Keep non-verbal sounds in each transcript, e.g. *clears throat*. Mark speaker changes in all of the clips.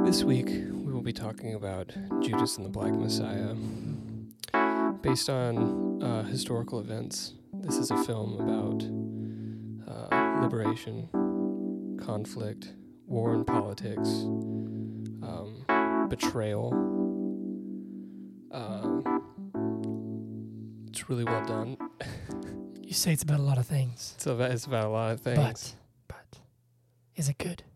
Speaker 1: This week, we will be talking about Judas and the Black Messiah. Based on uh, historical events, this is a film about uh, liberation, conflict, war and politics, um, betrayal. Um, it's really well done.
Speaker 2: You say it's about a lot of things,
Speaker 1: It's about, it's about a lot of things.
Speaker 2: but but is it good? *laughs*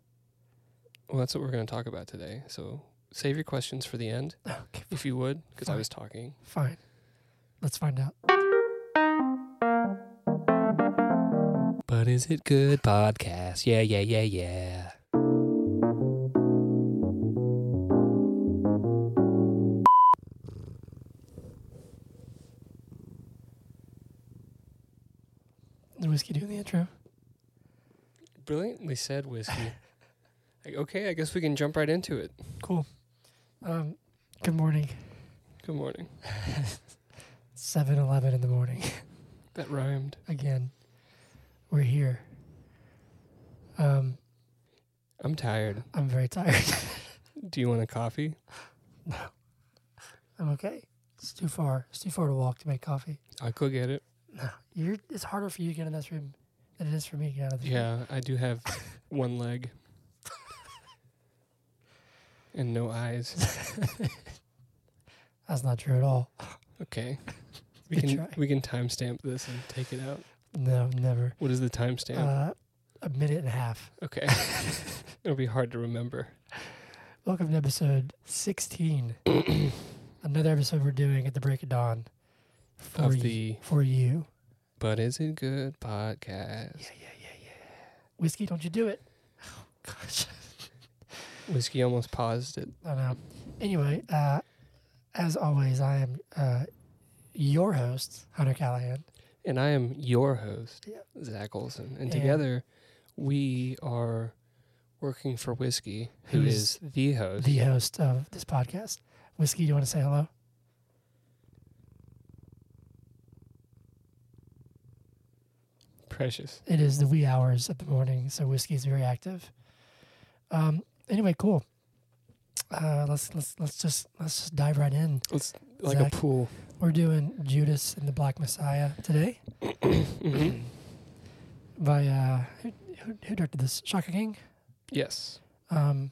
Speaker 1: Well, that's what we're going to talk about today. So save your questions for the end,
Speaker 2: Okay,
Speaker 1: if you would, because I
Speaker 2: Fine.
Speaker 1: was talking.
Speaker 2: fine. Let's find out.
Speaker 1: But is it good podcast? Yeah, yeah, yeah, yeah.
Speaker 2: The whiskey doing the intro.
Speaker 1: Brilliantly said, *laughs* whiskey. Like, okay, I guess we can jump right into it.
Speaker 2: Cool. Um, good morning.
Speaker 1: Good morning.
Speaker 2: Seven eleven in the morning *laughs*
Speaker 1: That rhymed.
Speaker 2: again. We're here. Um,
Speaker 1: I'm tired.
Speaker 2: I'm very tired. *laughs*
Speaker 1: Do you want a coffee?
Speaker 2: I'm okay. It's too far. It's too far to walk to make coffee.
Speaker 1: I'll go get it.
Speaker 2: No, you're. It's harder for you to get in this room than it is for me to get out of this room.
Speaker 1: Yeah, I do *laughs* have one leg and no *laughs* eyes.
Speaker 2: That's not true at all.
Speaker 1: Okay. We
Speaker 2: Good
Speaker 1: can
Speaker 2: try.
Speaker 1: we can timestamp this and take it out.
Speaker 2: No, never.
Speaker 1: What is the timestamp?
Speaker 2: Uh, a minute and a half. *laughs*
Speaker 1: okay. It'll be hard to remember.
Speaker 2: Welcome to episode *clears throat* 16. Another episode we're doing at the break of dawn. For
Speaker 1: Of
Speaker 2: you,
Speaker 1: the
Speaker 2: for you.
Speaker 1: But Is It Good podcast.
Speaker 2: yeah, yeah, yeah. Whiskey, don't you do it. Oh, gosh.
Speaker 1: Whiskey almost paused it.
Speaker 2: I know. Anyway, uh, as always, I am uh, your host, Hunter Callahan.
Speaker 1: And I am your host,
Speaker 2: Yeah.
Speaker 1: Zach Olson. And
Speaker 2: And-
Speaker 1: together we are working for Whiskey, who
Speaker 2: Who
Speaker 1: is
Speaker 2: is
Speaker 1: the host.
Speaker 2: the host of this podcast. Whiskey, do you want to say hello?
Speaker 1: Precious.
Speaker 2: It is the wee hours of the morning, so whiskey is very active. Um. Anyway, cool. Uh, let's let's let's just let's just dive right in.
Speaker 1: It's like
Speaker 2: Zach.
Speaker 1: a pool. *clears throat*
Speaker 2: We're doing Judas and the Black Messiah today
Speaker 1: Mhm.
Speaker 2: by uh, who, who, who directed this? Shaka King.
Speaker 1: Yes.
Speaker 2: Um,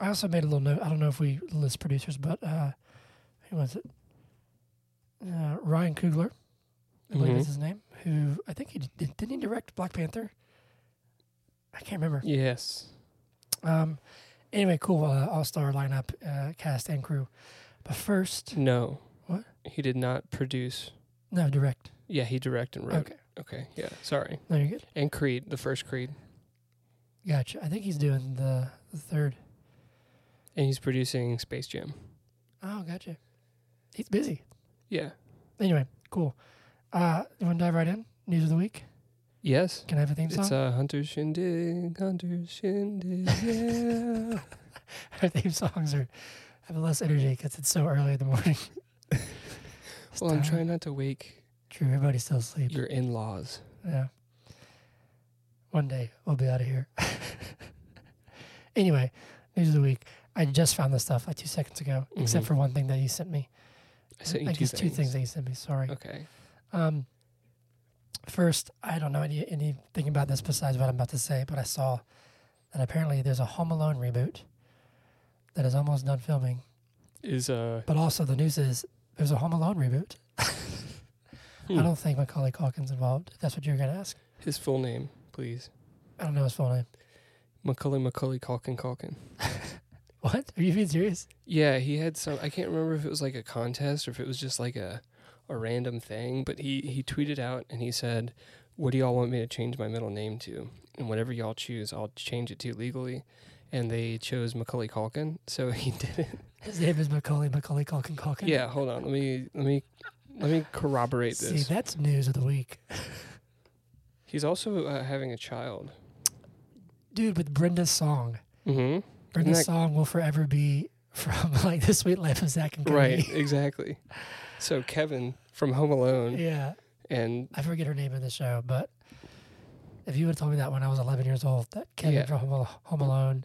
Speaker 2: I also made a little note. I don't know if we list producers, but uh, who was it? Uh, Ryan Coogler, I believe
Speaker 1: Mhm.
Speaker 2: is his name. Who I think he did, didn't he direct Black Panther? I can't remember.
Speaker 1: Yes.
Speaker 2: Um, anyway, cool. Uh, All star lineup, uh, cast and crew. But first,
Speaker 1: No.
Speaker 2: What?
Speaker 1: He did not produce.
Speaker 2: no direct.
Speaker 1: Yeah, he directed and wrote.
Speaker 2: Okay,
Speaker 1: Okay. Yeah. Sorry.
Speaker 2: no, you're good.
Speaker 1: And Creed, the first Creed.
Speaker 2: Gotcha. I think he's doing the, the third.
Speaker 1: And he's producing Space Jam.
Speaker 2: Oh, gotcha. He's busy.
Speaker 1: Yeah.
Speaker 2: Anyway, cool. Uh, you want to dive right in? News of the week.
Speaker 1: Yes.
Speaker 2: Can I have a theme song?
Speaker 1: It's uh, Hunter Shindig, Hunter Shindig, yeah.
Speaker 2: *laughs* Our theme songs are have less energy because it's so early in
Speaker 1: *laughs*
Speaker 2: the morning. It's
Speaker 1: well, I'm
Speaker 2: time.
Speaker 1: trying not to wake
Speaker 2: True, everybody's still asleep.
Speaker 1: your in-laws.
Speaker 2: Yeah. One day we'll be out of here. *laughs* anyway, news of the week. I just found this stuff like two seconds ago, except
Speaker 1: Mhm.
Speaker 2: for one thing that you sent me.
Speaker 1: I sent you
Speaker 2: I
Speaker 1: two,
Speaker 2: guess
Speaker 1: things.
Speaker 2: two things that you sent me. Sorry.
Speaker 1: Okay.
Speaker 2: Um, first, I don't know any, anything about this besides what I'm about to say, but I saw that apparently there's a Home Alone reboot that is almost done filming.
Speaker 1: Is uh,
Speaker 2: But also, the news is there's a Home Alone reboot.
Speaker 1: Hmm.
Speaker 2: I don't think Macaulay Culkin's involved. If that's what you're going to ask.
Speaker 1: his full name, please?
Speaker 2: I don't know his full name. *laughs*
Speaker 1: Macaulay Macaulay Calkin Calkin.
Speaker 2: What? Are you being serious?
Speaker 1: Yeah, he had some. I can't remember if it was like a contest or if it was just like a a random thing. But he he tweeted out and he said, "What do y'all want me to change my middle name to? And whatever y'all choose, I'll change it to legally." And they chose Macaulay Calkin, so *laughs* he did it.
Speaker 2: His name is Macaulay Macaulay Culkin Culkin.
Speaker 1: Yeah, hold on. Let me let me let me corroborate
Speaker 2: See,
Speaker 1: this.
Speaker 2: that's news of the week,
Speaker 1: He's also uh, having a child.
Speaker 2: dude. With Brenda's song,
Speaker 1: Mm-hmm.
Speaker 2: Brenda's
Speaker 1: that-
Speaker 2: song will forever be *laughs* from like the Sweet Life of Zack and Cody. *laughs*
Speaker 1: Right, exactly. So Kevin from Home Alone
Speaker 2: *laughs* Yeah,
Speaker 1: and
Speaker 2: I forget her name in the show, but if you would have told me that when I was 11 years old, that Kevin
Speaker 1: Yeah.
Speaker 2: from Home Al- Home Alone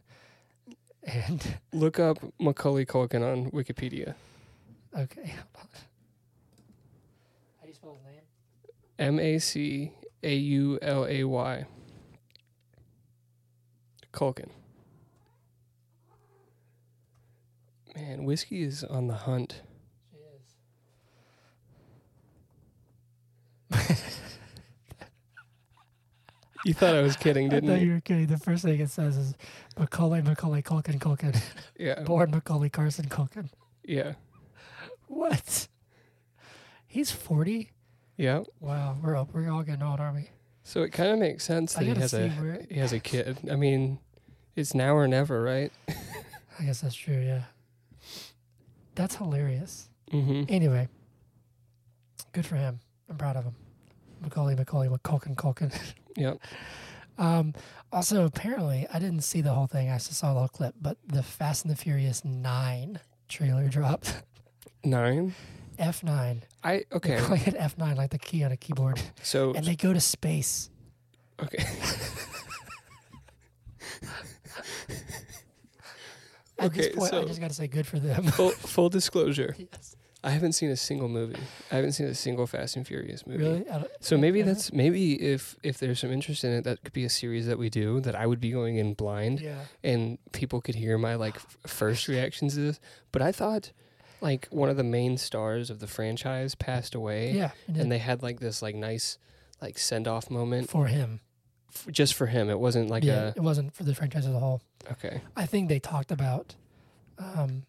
Speaker 2: And *laughs*
Speaker 1: Look up Macaulay Culkin on Wikipedia.
Speaker 2: okay, hold on. How do you spell his name?
Speaker 1: M A C A U L A Y. Culkin. Man, whiskey is on the hunt.
Speaker 2: She is.
Speaker 1: *laughs* You thought I was kidding,
Speaker 2: *laughs* I
Speaker 1: didn't
Speaker 2: thought
Speaker 1: you?
Speaker 2: you were kidding. The first thing it says is Macaulay, Macaulay, Culkin,
Speaker 1: *laughs*
Speaker 2: Culkin.
Speaker 1: Yeah.
Speaker 2: Born Macaulay Carson Culkin.
Speaker 1: Yeah.
Speaker 2: What? He's 40?
Speaker 1: Yeah.
Speaker 2: Wow, we're up. We're all getting old, aren't we?
Speaker 1: So it kind of makes sense
Speaker 2: I
Speaker 1: that he
Speaker 2: gotta
Speaker 1: has
Speaker 2: see
Speaker 1: a
Speaker 2: where-
Speaker 1: he has a kid. I mean, it's now or never, right?
Speaker 2: I guess that's true, yeah. That's hilarious.
Speaker 1: Mm-hmm.
Speaker 2: Anyway, good for him. I'm proud of him. Macaulay, Macaulay, Culkin, Culkin.
Speaker 1: *laughs* Yep.
Speaker 2: Um, also, apparently, I didn't see the whole thing. I just saw a little clip, but the Fast and the Furious 9 trailer *laughs* dropped.
Speaker 1: Nine.
Speaker 2: F9.
Speaker 1: I
Speaker 2: They're
Speaker 1: okay.
Speaker 2: *laughs* calling it F9 like the key on a keyboard.
Speaker 1: So
Speaker 2: And they go to space.
Speaker 1: okay.
Speaker 2: *laughs* At
Speaker 1: Okay,
Speaker 2: this point, I
Speaker 1: so-
Speaker 2: just got to say good for them. *laughs*
Speaker 1: Full, full disclosure.
Speaker 2: yes.
Speaker 1: I haven't seen a single movie. I haven't seen a single Fast and Furious movie.
Speaker 2: Really? Uh-huh. I don't-
Speaker 1: So maybe
Speaker 2: Yeah.
Speaker 1: that's maybe if if there's some interest in it, that could be a series that we do. That I would be going in blind,
Speaker 2: Yeah.
Speaker 1: and people could hear my like f- first reactions to this. But I thought, like one of the main stars of the franchise passed away,
Speaker 2: Yeah.
Speaker 1: and
Speaker 2: it is.
Speaker 1: they had like this like nice like send off moment
Speaker 2: for him.
Speaker 1: f- just for him. It wasn't like
Speaker 2: yeah. it wasn't for the franchise as a whole.
Speaker 1: a okay,
Speaker 2: I think they talked about um,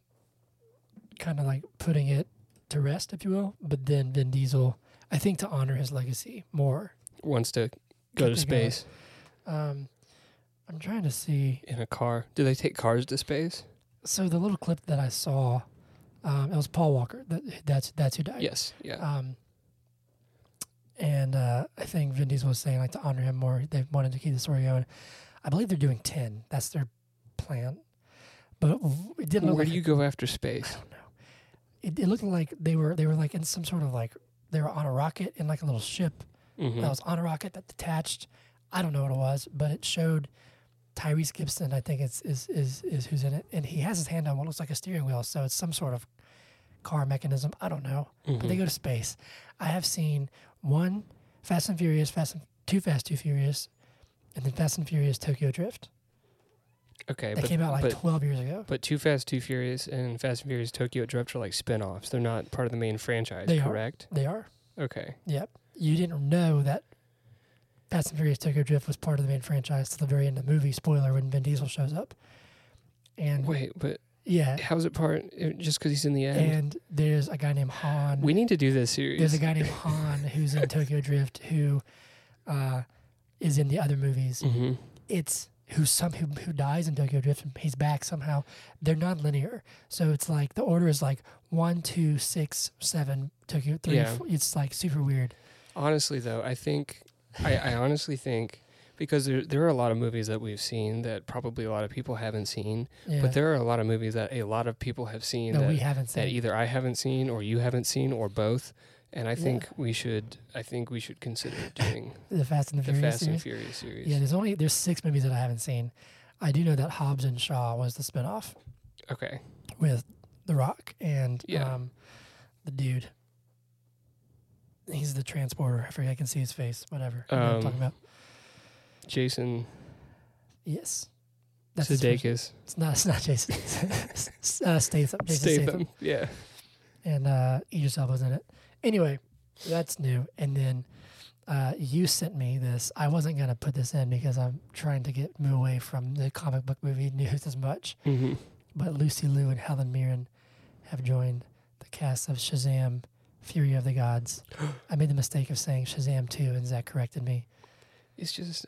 Speaker 2: kind of like putting it to rest, if you will. But then Vin Diesel, I think to honor his legacy more.
Speaker 1: wants to go to
Speaker 2: Gotta go.
Speaker 1: space
Speaker 2: Um, I'm trying to see.
Speaker 1: in a car. Do they take cars to space?
Speaker 2: So the little clip that I saw, um, it was Paul Walker. That, that's that's who died.
Speaker 1: Yes. Yeah.
Speaker 2: Um, and uh, I think Vin Diesel was saying like to honor him more. They wanted to keep the story going. I believe they're doing ten. That's their plan. But w- it didn't. look
Speaker 1: Where
Speaker 2: like
Speaker 1: do you go after space?
Speaker 2: it, it looked like they were they were like in some sort of like they were on a rocket in like a little ship
Speaker 1: Mhm.
Speaker 2: that was on a rocket that detached. I don't know what it was, but it showed Tyrese Gibson. I think it's is is is who's in it, and he has his hand on what looks like a steering wheel, so it's some sort of car mechanism. I don't know, but they
Speaker 1: Mhm.
Speaker 2: go to space. I have seen one Fast and Furious, Fast and Too Fast, Too Furious, and then Fast and Furious Tokyo Drift.
Speaker 1: Okay,
Speaker 2: That
Speaker 1: but,
Speaker 2: came out like
Speaker 1: but,
Speaker 2: twelve years ago.
Speaker 1: but Too Fast, Too Furious, and Fast and Furious Tokyo Drift are like spin-offs. They're not part of the main franchise,
Speaker 2: They are.
Speaker 1: correct?
Speaker 2: They are.
Speaker 1: Okay.
Speaker 2: Yep. You didn't know that Fast and Furious Tokyo Drift was part of the main franchise till the very end of the movie. Spoiler when Vin Diesel shows up. And
Speaker 1: Wait, but
Speaker 2: yeah,
Speaker 1: how's it part? it- Just because he's in the end?
Speaker 2: and there's a guy named Han.
Speaker 1: we need to do this
Speaker 2: there's
Speaker 1: series.
Speaker 2: a guy named Han
Speaker 1: *laughs*
Speaker 2: who's in Tokyo Drift who uh, is in the other movies.
Speaker 1: hmm
Speaker 2: It's who some who, who dies in Tokyo Drift and he's back somehow. They're non-linear, so it's like the order is like one, two, six, seven, Tokyo three.
Speaker 1: Yeah.
Speaker 2: Four, it's like super weird.
Speaker 1: Honestly, though, I think I, I honestly think because there there are a lot of movies that we've seen that probably a lot of people haven't seen,
Speaker 2: Yeah,
Speaker 1: but there are a lot of movies that a lot of people have seen
Speaker 2: that,
Speaker 1: that,
Speaker 2: we haven't
Speaker 1: that
Speaker 2: seen.
Speaker 1: either I haven't seen or you haven't seen or both. And I
Speaker 2: Yeah.
Speaker 1: think we should I think we should consider
Speaker 2: *laughs*
Speaker 1: doing
Speaker 2: the Fast and the
Speaker 1: the
Speaker 2: Furious
Speaker 1: Fast
Speaker 2: series.
Speaker 1: and Furious series.
Speaker 2: Yeah, there's only there's six movies that I haven't seen. I do know that Hobbs and Shaw was the spinoff
Speaker 1: Okay.
Speaker 2: with The Rock and
Speaker 1: Yeah.
Speaker 2: um, the dude. He's the transporter. I forget. I can see his face. Whatever. You know what I'm talking
Speaker 1: Um,
Speaker 2: about.
Speaker 1: Jason
Speaker 2: Yes. his first-
Speaker 1: Sudeikis.
Speaker 2: It's not. It's not Jason. *laughs* It's, uh, Statham. Jason Statham.
Speaker 1: Statham. Yeah.
Speaker 2: And uh, Idris Elba's in it. Anyway, that's new. And then uh, you sent me this. I wasn't gonna put this in because I'm trying to get move away from the comic book movie news as much.
Speaker 1: Mm-hmm.
Speaker 2: but Lucy Liu and Helen Mirren have joined the cast of Shazam: Fury of the Gods. I made the mistake of saying Shazam 2, and Zach corrected me.
Speaker 1: It's just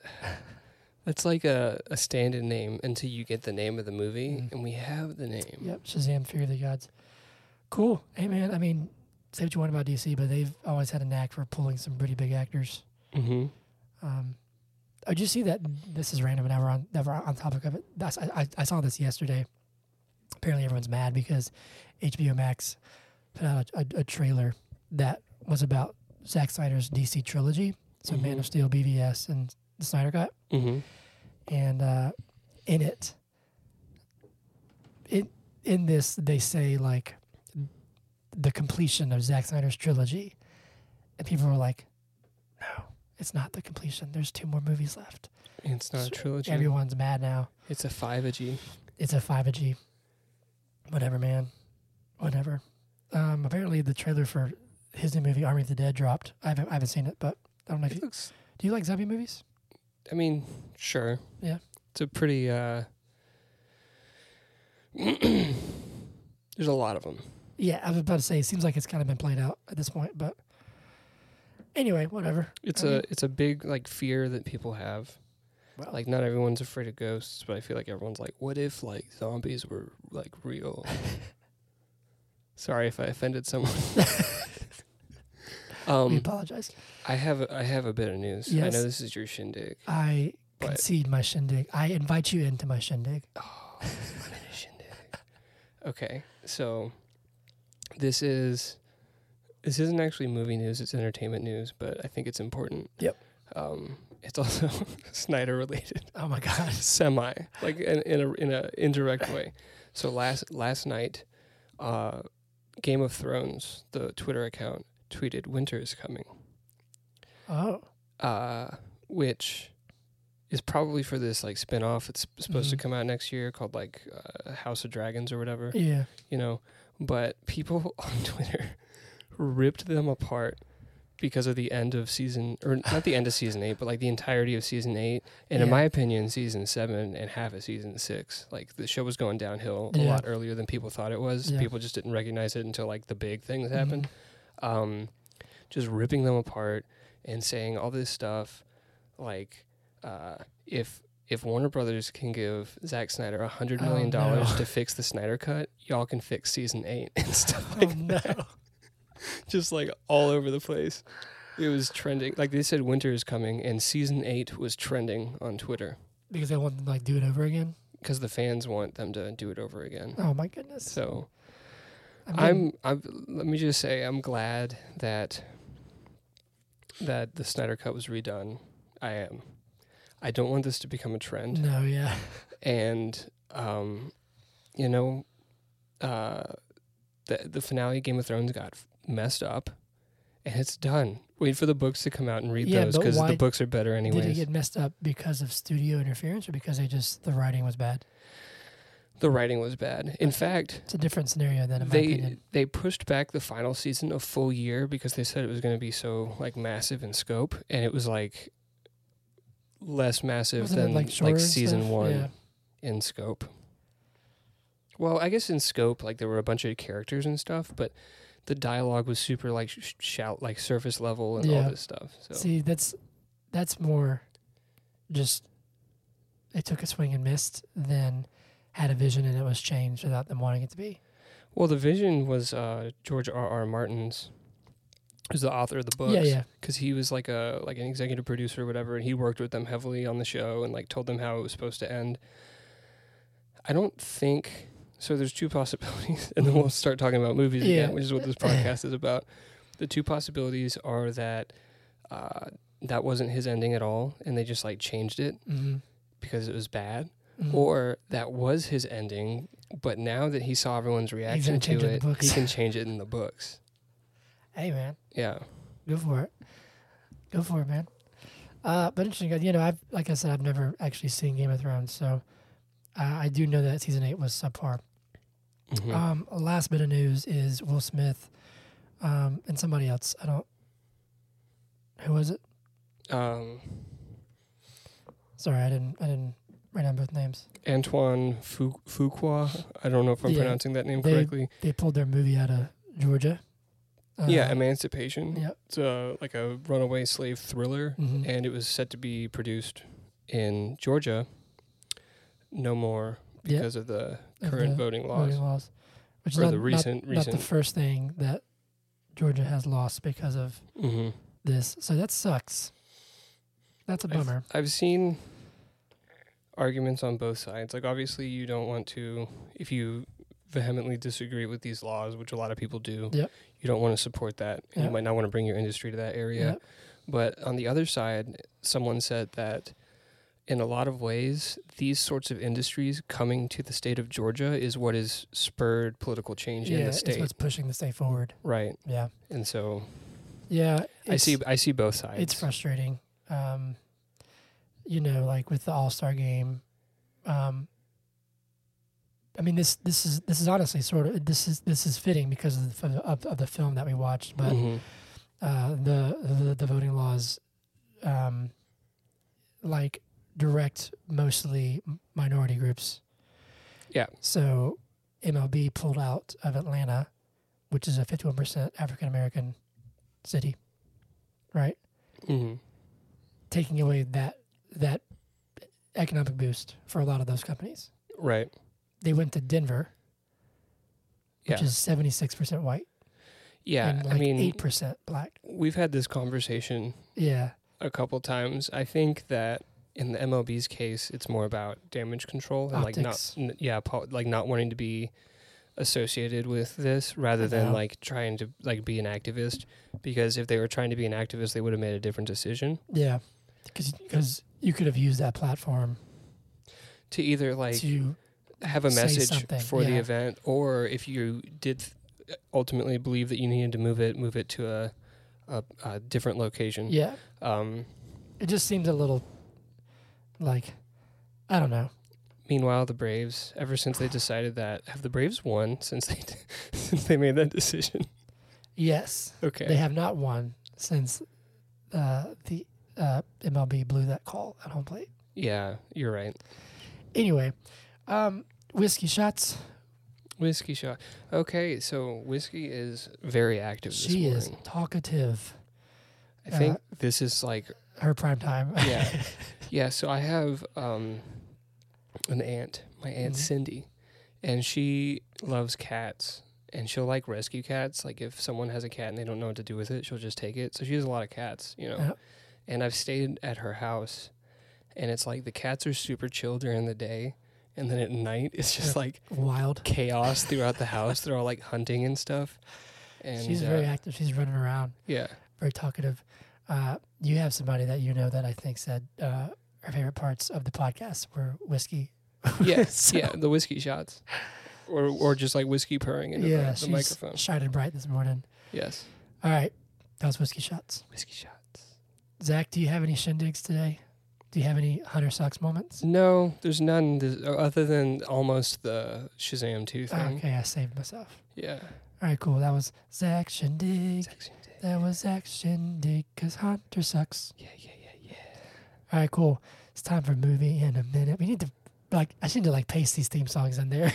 Speaker 1: that's like a, a stand-in name until you get the name of the movie,
Speaker 2: Mhm.
Speaker 1: and we have the name.
Speaker 2: Yep, Shazam: Fury of the Gods. Cool. Hey man, I mean, say what you want about DC, but they've always had a knack for pulling some pretty big actors.
Speaker 1: Mm-hmm.
Speaker 2: Um, oh, did you see that? This is random, and now we're on, now we're on topic of it. That's, I, I, I saw this yesterday. Apparently, everyone's mad because HBO Max put out a, a, a trailer that was about Zack Snyder's DC trilogy, so Man
Speaker 1: Mhm.
Speaker 2: of Steel, BVS, and the Snyder Cut.
Speaker 1: Mm-hmm.
Speaker 2: And uh, in it, in in this they say like the completion of Zack Snyder's trilogy, and people were like, "No, it's not the completion. There's two more movies left."
Speaker 1: It's not a trilogy.
Speaker 2: Everyone's mad now.
Speaker 1: It's a five a G.
Speaker 2: It's a five G. Whatever, man. Whatever. Um, apparently, the trailer for his new movie Army of the Dead dropped. I haven't, I haven't seen it, but I don't know if
Speaker 1: It
Speaker 2: you
Speaker 1: looks.
Speaker 2: do. You like zombie movies?
Speaker 1: I mean, sure.
Speaker 2: Yeah.
Speaker 1: It's a pretty. uh *clears throat* There's a lot of them.
Speaker 2: Yeah, I was about to say. It seems like it's kind of been played out at this point, but anyway, whatever.
Speaker 1: It's
Speaker 2: I
Speaker 1: a
Speaker 2: mean,
Speaker 1: it's a big like fear that people have.
Speaker 2: Well-
Speaker 1: like not everyone's afraid of ghosts, but I feel like everyone's like, what if like zombies were like
Speaker 2: *laughs*
Speaker 1: real? Sorry if I offended someone.
Speaker 2: we
Speaker 1: um,
Speaker 2: apologize.
Speaker 1: I have a, I have a bit of news. I
Speaker 2: Yes.
Speaker 1: know this is your shindig.
Speaker 2: I
Speaker 1: But-
Speaker 2: concede my shindig. I invite you into my shindig.
Speaker 1: Oh, shindig. Okay, so this is this isn't actually movie news; it's entertainment news, but I think it's important.
Speaker 2: Yep.
Speaker 1: Um, it's also *laughs* Snyder related. *laughs*
Speaker 2: Oh my god.
Speaker 1: semi, like in, in a in a indirect way. So last last night, uh, Game of Thrones, the Twitter account tweeted, "Winter is coming,"
Speaker 2: Oh.
Speaker 1: uh, which is probably for this like spinoff. It's supposed to
Speaker 2: Mhm.
Speaker 1: come out next year, called like uh, House of Dragons or whatever,
Speaker 2: Yeah.
Speaker 1: you know. But people *laughs* on Twitter ripped them apart because of the end of season or not the end of season 8 but like the entirety of season 8 and in
Speaker 2: Yeah.
Speaker 1: my opinion season 7 and half of season 6 like the show was going downhill a
Speaker 2: Yeah.
Speaker 1: lot earlier than people thought it was
Speaker 2: Yeah. Mm-hmm.
Speaker 1: people just didn't recognize it until like the big things happened um just ripping them apart and saying all this stuff like uh if if Warner Brothers can give Zack Snyder a hundred
Speaker 2: Oh,
Speaker 1: million dollars
Speaker 2: no.
Speaker 1: to fix the Snyder cut, y'all can fix season eight and
Speaker 2: *laughs*
Speaker 1: stuff
Speaker 2: *laughs* Oh
Speaker 1: like
Speaker 2: no.
Speaker 1: just like all over the place. It was trending. Like they said, winter is coming, and season eight was trending on Twitter
Speaker 2: because they want them to like do it over again.
Speaker 1: because the fans want them to do it over again.
Speaker 2: Oh my goodness.
Speaker 1: So
Speaker 2: mean,
Speaker 1: I'm, I'm. Let me just say, I'm glad that that the Snyder Cut was redone. I am. I don't want this to become a trend.
Speaker 2: No, yeah.
Speaker 1: and um, you know, uh, the the finale of Game of Thrones got f- messed up, and it's done. Wait for the books to come out and read
Speaker 2: Yeah,
Speaker 1: those
Speaker 2: but
Speaker 1: because the
Speaker 2: why
Speaker 1: books are better
Speaker 2: Did it
Speaker 1: anyways.
Speaker 2: get messed up because of studio interference or because they just the writing was bad?
Speaker 1: the writing was bad. In fact,
Speaker 2: It's a different scenario than in my
Speaker 1: they
Speaker 2: opinion.
Speaker 1: they pushed back the final season a full year because they said it was going to be so like massive in scope, and it was like less massive
Speaker 2: Wasn't
Speaker 1: than
Speaker 2: it like
Speaker 1: like,
Speaker 2: shorter and
Speaker 1: season
Speaker 2: stuff?
Speaker 1: one.
Speaker 2: Yeah.
Speaker 1: in scope. Well, I guess in scope, like there were a bunch of characters and stuff, but the dialogue was super like sh- sh- shout, like surface level and all
Speaker 2: Yeah.
Speaker 1: this stuff. So
Speaker 2: See, that's that's more just they took a swing and missed than had a vision and it was changed without them wanting it to be.
Speaker 1: well, the vision was uh, George R. R. Martin's, who's the author of the books.
Speaker 2: Yeah, yeah.
Speaker 1: because he was like a like an executive producer or whatever, and he worked with them heavily on the show and like told them how it was supposed to end. I don't think so. There's two *laughs* possibilities, and then we'll start talking about movies
Speaker 2: Yeah.
Speaker 1: again, which is what
Speaker 2: *laughs*
Speaker 1: this podcast is about. The two possibilities are that uh, that wasn't his ending at all, and they just like changed it
Speaker 2: Mm-hmm.
Speaker 1: because it was bad,
Speaker 2: Mm.
Speaker 1: or that was his ending, but now that he saw everyone's reaction to
Speaker 2: change it in the
Speaker 1: it, he
Speaker 2: books.
Speaker 1: can change it in the books.
Speaker 2: hey man,
Speaker 1: Yeah,
Speaker 2: go for it. Go for it, man. Uh, but interesting, you know, I've like I said, I've never actually seen Game of Thrones, so uh, I do know that season eight was subpar.
Speaker 1: Mhm.
Speaker 2: Um, last bit of news is Will Smith um, and somebody else. I don't. Who was it? Uh,
Speaker 1: um,
Speaker 2: Sorry, I didn't. I didn't write down both names.
Speaker 1: Antoine Fu- Fuqua. I don't know if I'm
Speaker 2: Yeah.
Speaker 1: pronouncing that name
Speaker 2: They-
Speaker 1: correctly.
Speaker 2: They pulled their movie out of Georgia. Uh,
Speaker 1: yeah, Emancipation.
Speaker 2: Yep.
Speaker 1: It's uh, like a runaway slave thriller,
Speaker 2: mhm.
Speaker 1: and it was set to be produced in Georgia. No more
Speaker 2: Yeah,
Speaker 1: because of the
Speaker 2: of
Speaker 1: current
Speaker 2: the
Speaker 1: voting laws
Speaker 2: voting laws, which is
Speaker 1: or
Speaker 2: not,
Speaker 1: the
Speaker 2: not,
Speaker 1: recent
Speaker 2: not the
Speaker 1: recent.
Speaker 2: first thing that Georgia has lost because of
Speaker 1: hmm
Speaker 2: this. So that sucks. That's a bummer.
Speaker 1: I've seen arguments on both sides. Like obviously, you don't want to if you vehemently disagree with these laws, which a lot of people do.
Speaker 2: Yep.
Speaker 1: You don't want to support that. and You
Speaker 2: Yep.
Speaker 1: might not want to bring your industry to that area.
Speaker 2: Yep.
Speaker 1: But on the other side, someone said that in a lot of ways, these sorts of industries coming to the state of Georgia is what has spurred political change in
Speaker 2: yeah,
Speaker 1: the
Speaker 2: it's
Speaker 1: state,
Speaker 2: what's pushing the state forward.
Speaker 1: right?
Speaker 2: Yeah,
Speaker 1: And so
Speaker 2: yeah.
Speaker 1: I see,
Speaker 2: it's-
Speaker 1: I see both sides.
Speaker 2: It's frustrating. Um, you know, like with the All Star game. Um, I mean this this is this is honestly sort of this is this is fitting because of the, of, of the film that we watched, but
Speaker 1: Mhm.
Speaker 2: uh, the, the the voting laws, um, like direct mostly m- minority groups.
Speaker 1: Yeah.
Speaker 2: So MLB pulled out of Atlanta, which is a fifty-one percent African American city, right?
Speaker 1: Mhm.
Speaker 2: Taking away that that economic boost for a lot of those companies.
Speaker 1: right?
Speaker 2: They went to Denver, which
Speaker 1: Yeah.
Speaker 2: is seventy-six percent white
Speaker 1: Yeah,
Speaker 2: and
Speaker 1: I
Speaker 2: like eight
Speaker 1: mean,
Speaker 2: percent black.
Speaker 1: we've had this conversation
Speaker 2: Yeah.
Speaker 1: a couple times. I think that in the MLB's case, it's more about damage control and
Speaker 2: Optics.
Speaker 1: like not, n- yeah, po- like not wanting to be associated with this rather than
Speaker 2: Yeah.
Speaker 1: like trying to like be an activist. Because if they were trying to be an activist, they would have made a different decision
Speaker 2: Yeah. Because you could have used that platform
Speaker 1: to either like mm.
Speaker 2: to
Speaker 1: have a
Speaker 2: say
Speaker 1: message
Speaker 2: something,
Speaker 1: for the
Speaker 2: yeah.
Speaker 1: event, or if you did th- ultimately believe that you needed to move it, move it to a a, a different location.
Speaker 2: yeah
Speaker 1: Um,
Speaker 2: it just seems a little like i don't know
Speaker 1: Meanwhile, the Braves, ever since they decided that, have the Braves won since they *laughs* since they made that decision? *laughs*
Speaker 2: yes
Speaker 1: Okay,
Speaker 2: they have not won since uh, the uh, mlb blew that call at home plate
Speaker 1: yeah, you're right.
Speaker 2: anyway um, whiskey shots
Speaker 1: Whiskey shot. Okay, so whiskey is very active. This
Speaker 2: she is Uh,
Speaker 1: morning.
Speaker 2: talkative
Speaker 1: I think this is like
Speaker 2: her prime time *laughs*
Speaker 1: yeah, yeah. So I have um, an aunt, my aunt
Speaker 2: Mhm.
Speaker 1: Cindy, and she loves cats, and she'll like rescue cats. Like if someone has a cat and they don't know what to do with it, she'll just take it. So she has a lot of cats, you know.
Speaker 2: Yeah.
Speaker 1: And I've stayed at her house, and it's like the cats are super chill during the day, and then at night it's just
Speaker 2: Yeah.
Speaker 1: like
Speaker 2: wild
Speaker 1: chaos throughout the house. They're all like hunting and stuff. And
Speaker 2: she's
Speaker 1: uh,
Speaker 2: very active she's running around
Speaker 1: yeah.
Speaker 2: very talkative uh, you have somebody that you know that i think said uh, her favorite parts of the podcast were whiskey
Speaker 1: Yeah,
Speaker 2: *laughs* *laughs* So-
Speaker 1: yeah, the whiskey shots, or or just like whiskey purring into
Speaker 2: yeah,
Speaker 1: the,
Speaker 2: she's
Speaker 1: the microphone.
Speaker 2: shining bright this morning.
Speaker 1: Yes,
Speaker 2: All right, that was whiskey shots.
Speaker 1: whiskey shots.
Speaker 2: Zach, do you have any shindigs today? Do you have any hunter socks moments?
Speaker 1: No, there's none th- other than almost the Shazam two
Speaker 2: Ah,
Speaker 1: thing.
Speaker 2: okay, I saved myself.
Speaker 1: Yeah,
Speaker 2: All right, cool. That was Zach shindig.
Speaker 1: Section D.
Speaker 2: That was Zach shindig because hunter sucks.
Speaker 1: yeah, yeah, yeah,
Speaker 2: All right, cool. It's time for movie in a minute. We need to like I should need to like paste these theme songs in there.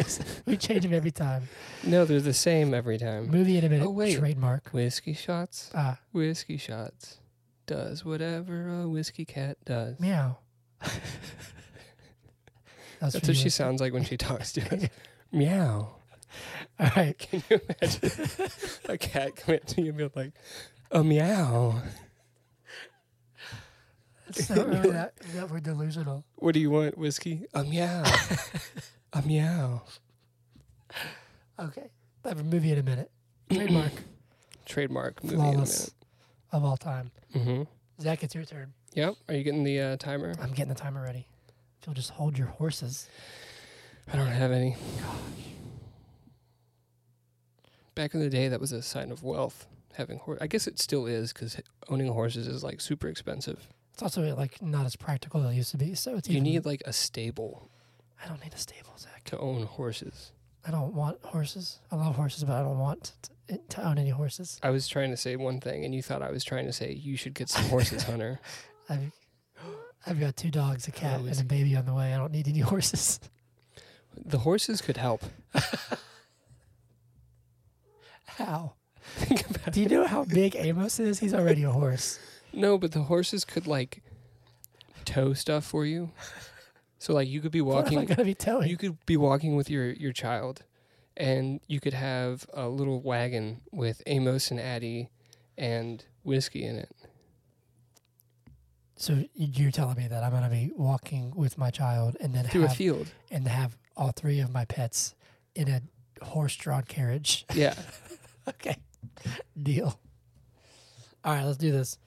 Speaker 2: *laughs* we change them every time.
Speaker 1: yeah. No, they're the same every time.
Speaker 2: Movie in a minute.
Speaker 1: Oh, wait.
Speaker 2: Trademark.
Speaker 1: Whiskey shots,
Speaker 2: Ah,
Speaker 1: whiskey shots, does whatever a whiskey cat does.
Speaker 2: meow. *laughs* That was
Speaker 1: That's
Speaker 2: for
Speaker 1: what
Speaker 2: you.
Speaker 1: she
Speaker 2: *laughs*
Speaker 1: sounds like when she talks to us. Meow.
Speaker 2: All right.
Speaker 1: Can you imagine a cat coming up to you and be like, a meow?
Speaker 2: So remember that, that we're delusional.
Speaker 1: What do you want, whiskey? A meow.
Speaker 2: *laughs*
Speaker 1: a meow.
Speaker 2: Okay. I have a movie in
Speaker 1: *clears throat*
Speaker 2: a minute. Trademark
Speaker 1: Trademark movie
Speaker 2: Flawless. of all time.
Speaker 1: in a minute.
Speaker 2: Zach, it's your turn.
Speaker 1: hmm Yep. Are you getting the uh, timer?
Speaker 2: I'm getting the timer ready. If you'll just hold your horses.
Speaker 1: I don't have any. Back in the day, that was a sign of wealth. Having horse, I guess it still is because owning horses is like super expensive.
Speaker 2: It's also like not as practical as it used to be. So it's
Speaker 1: You
Speaker 2: even-
Speaker 1: need like a stable
Speaker 2: I don't need a stable, Zach.
Speaker 1: to own horses.
Speaker 2: I don't want horses. I love horses, but I don't want to, to own any horses.
Speaker 1: I was trying to say one thing, and you thought I was trying to say you should get some horses,
Speaker 2: *laughs*
Speaker 1: Hunter.
Speaker 2: I've *gasps* I've got two dogs, a cat,
Speaker 1: Oh,
Speaker 2: and
Speaker 1: is-
Speaker 2: a baby on the way. I don't need any *laughs* horses.
Speaker 1: The horses could help. *laughs*
Speaker 2: How?
Speaker 1: Think about
Speaker 2: Do you know how big Amos is? He's already a horse. *laughs*
Speaker 1: No, but the horses could like tow stuff for you. So like you could be
Speaker 2: What am I
Speaker 1: walking
Speaker 2: gonna be towing?
Speaker 1: you could be walking with your your child and you could have a little wagon with Amos and Addie and whiskey in it.
Speaker 2: So y- you're telling me that I'm gonna be walking with my child and then
Speaker 1: Through a
Speaker 2: have
Speaker 1: field.
Speaker 2: and have all three of my pets in a horse-drawn carriage?
Speaker 1: Yeah.
Speaker 2: *laughs* okay, deal. All right, let's do this.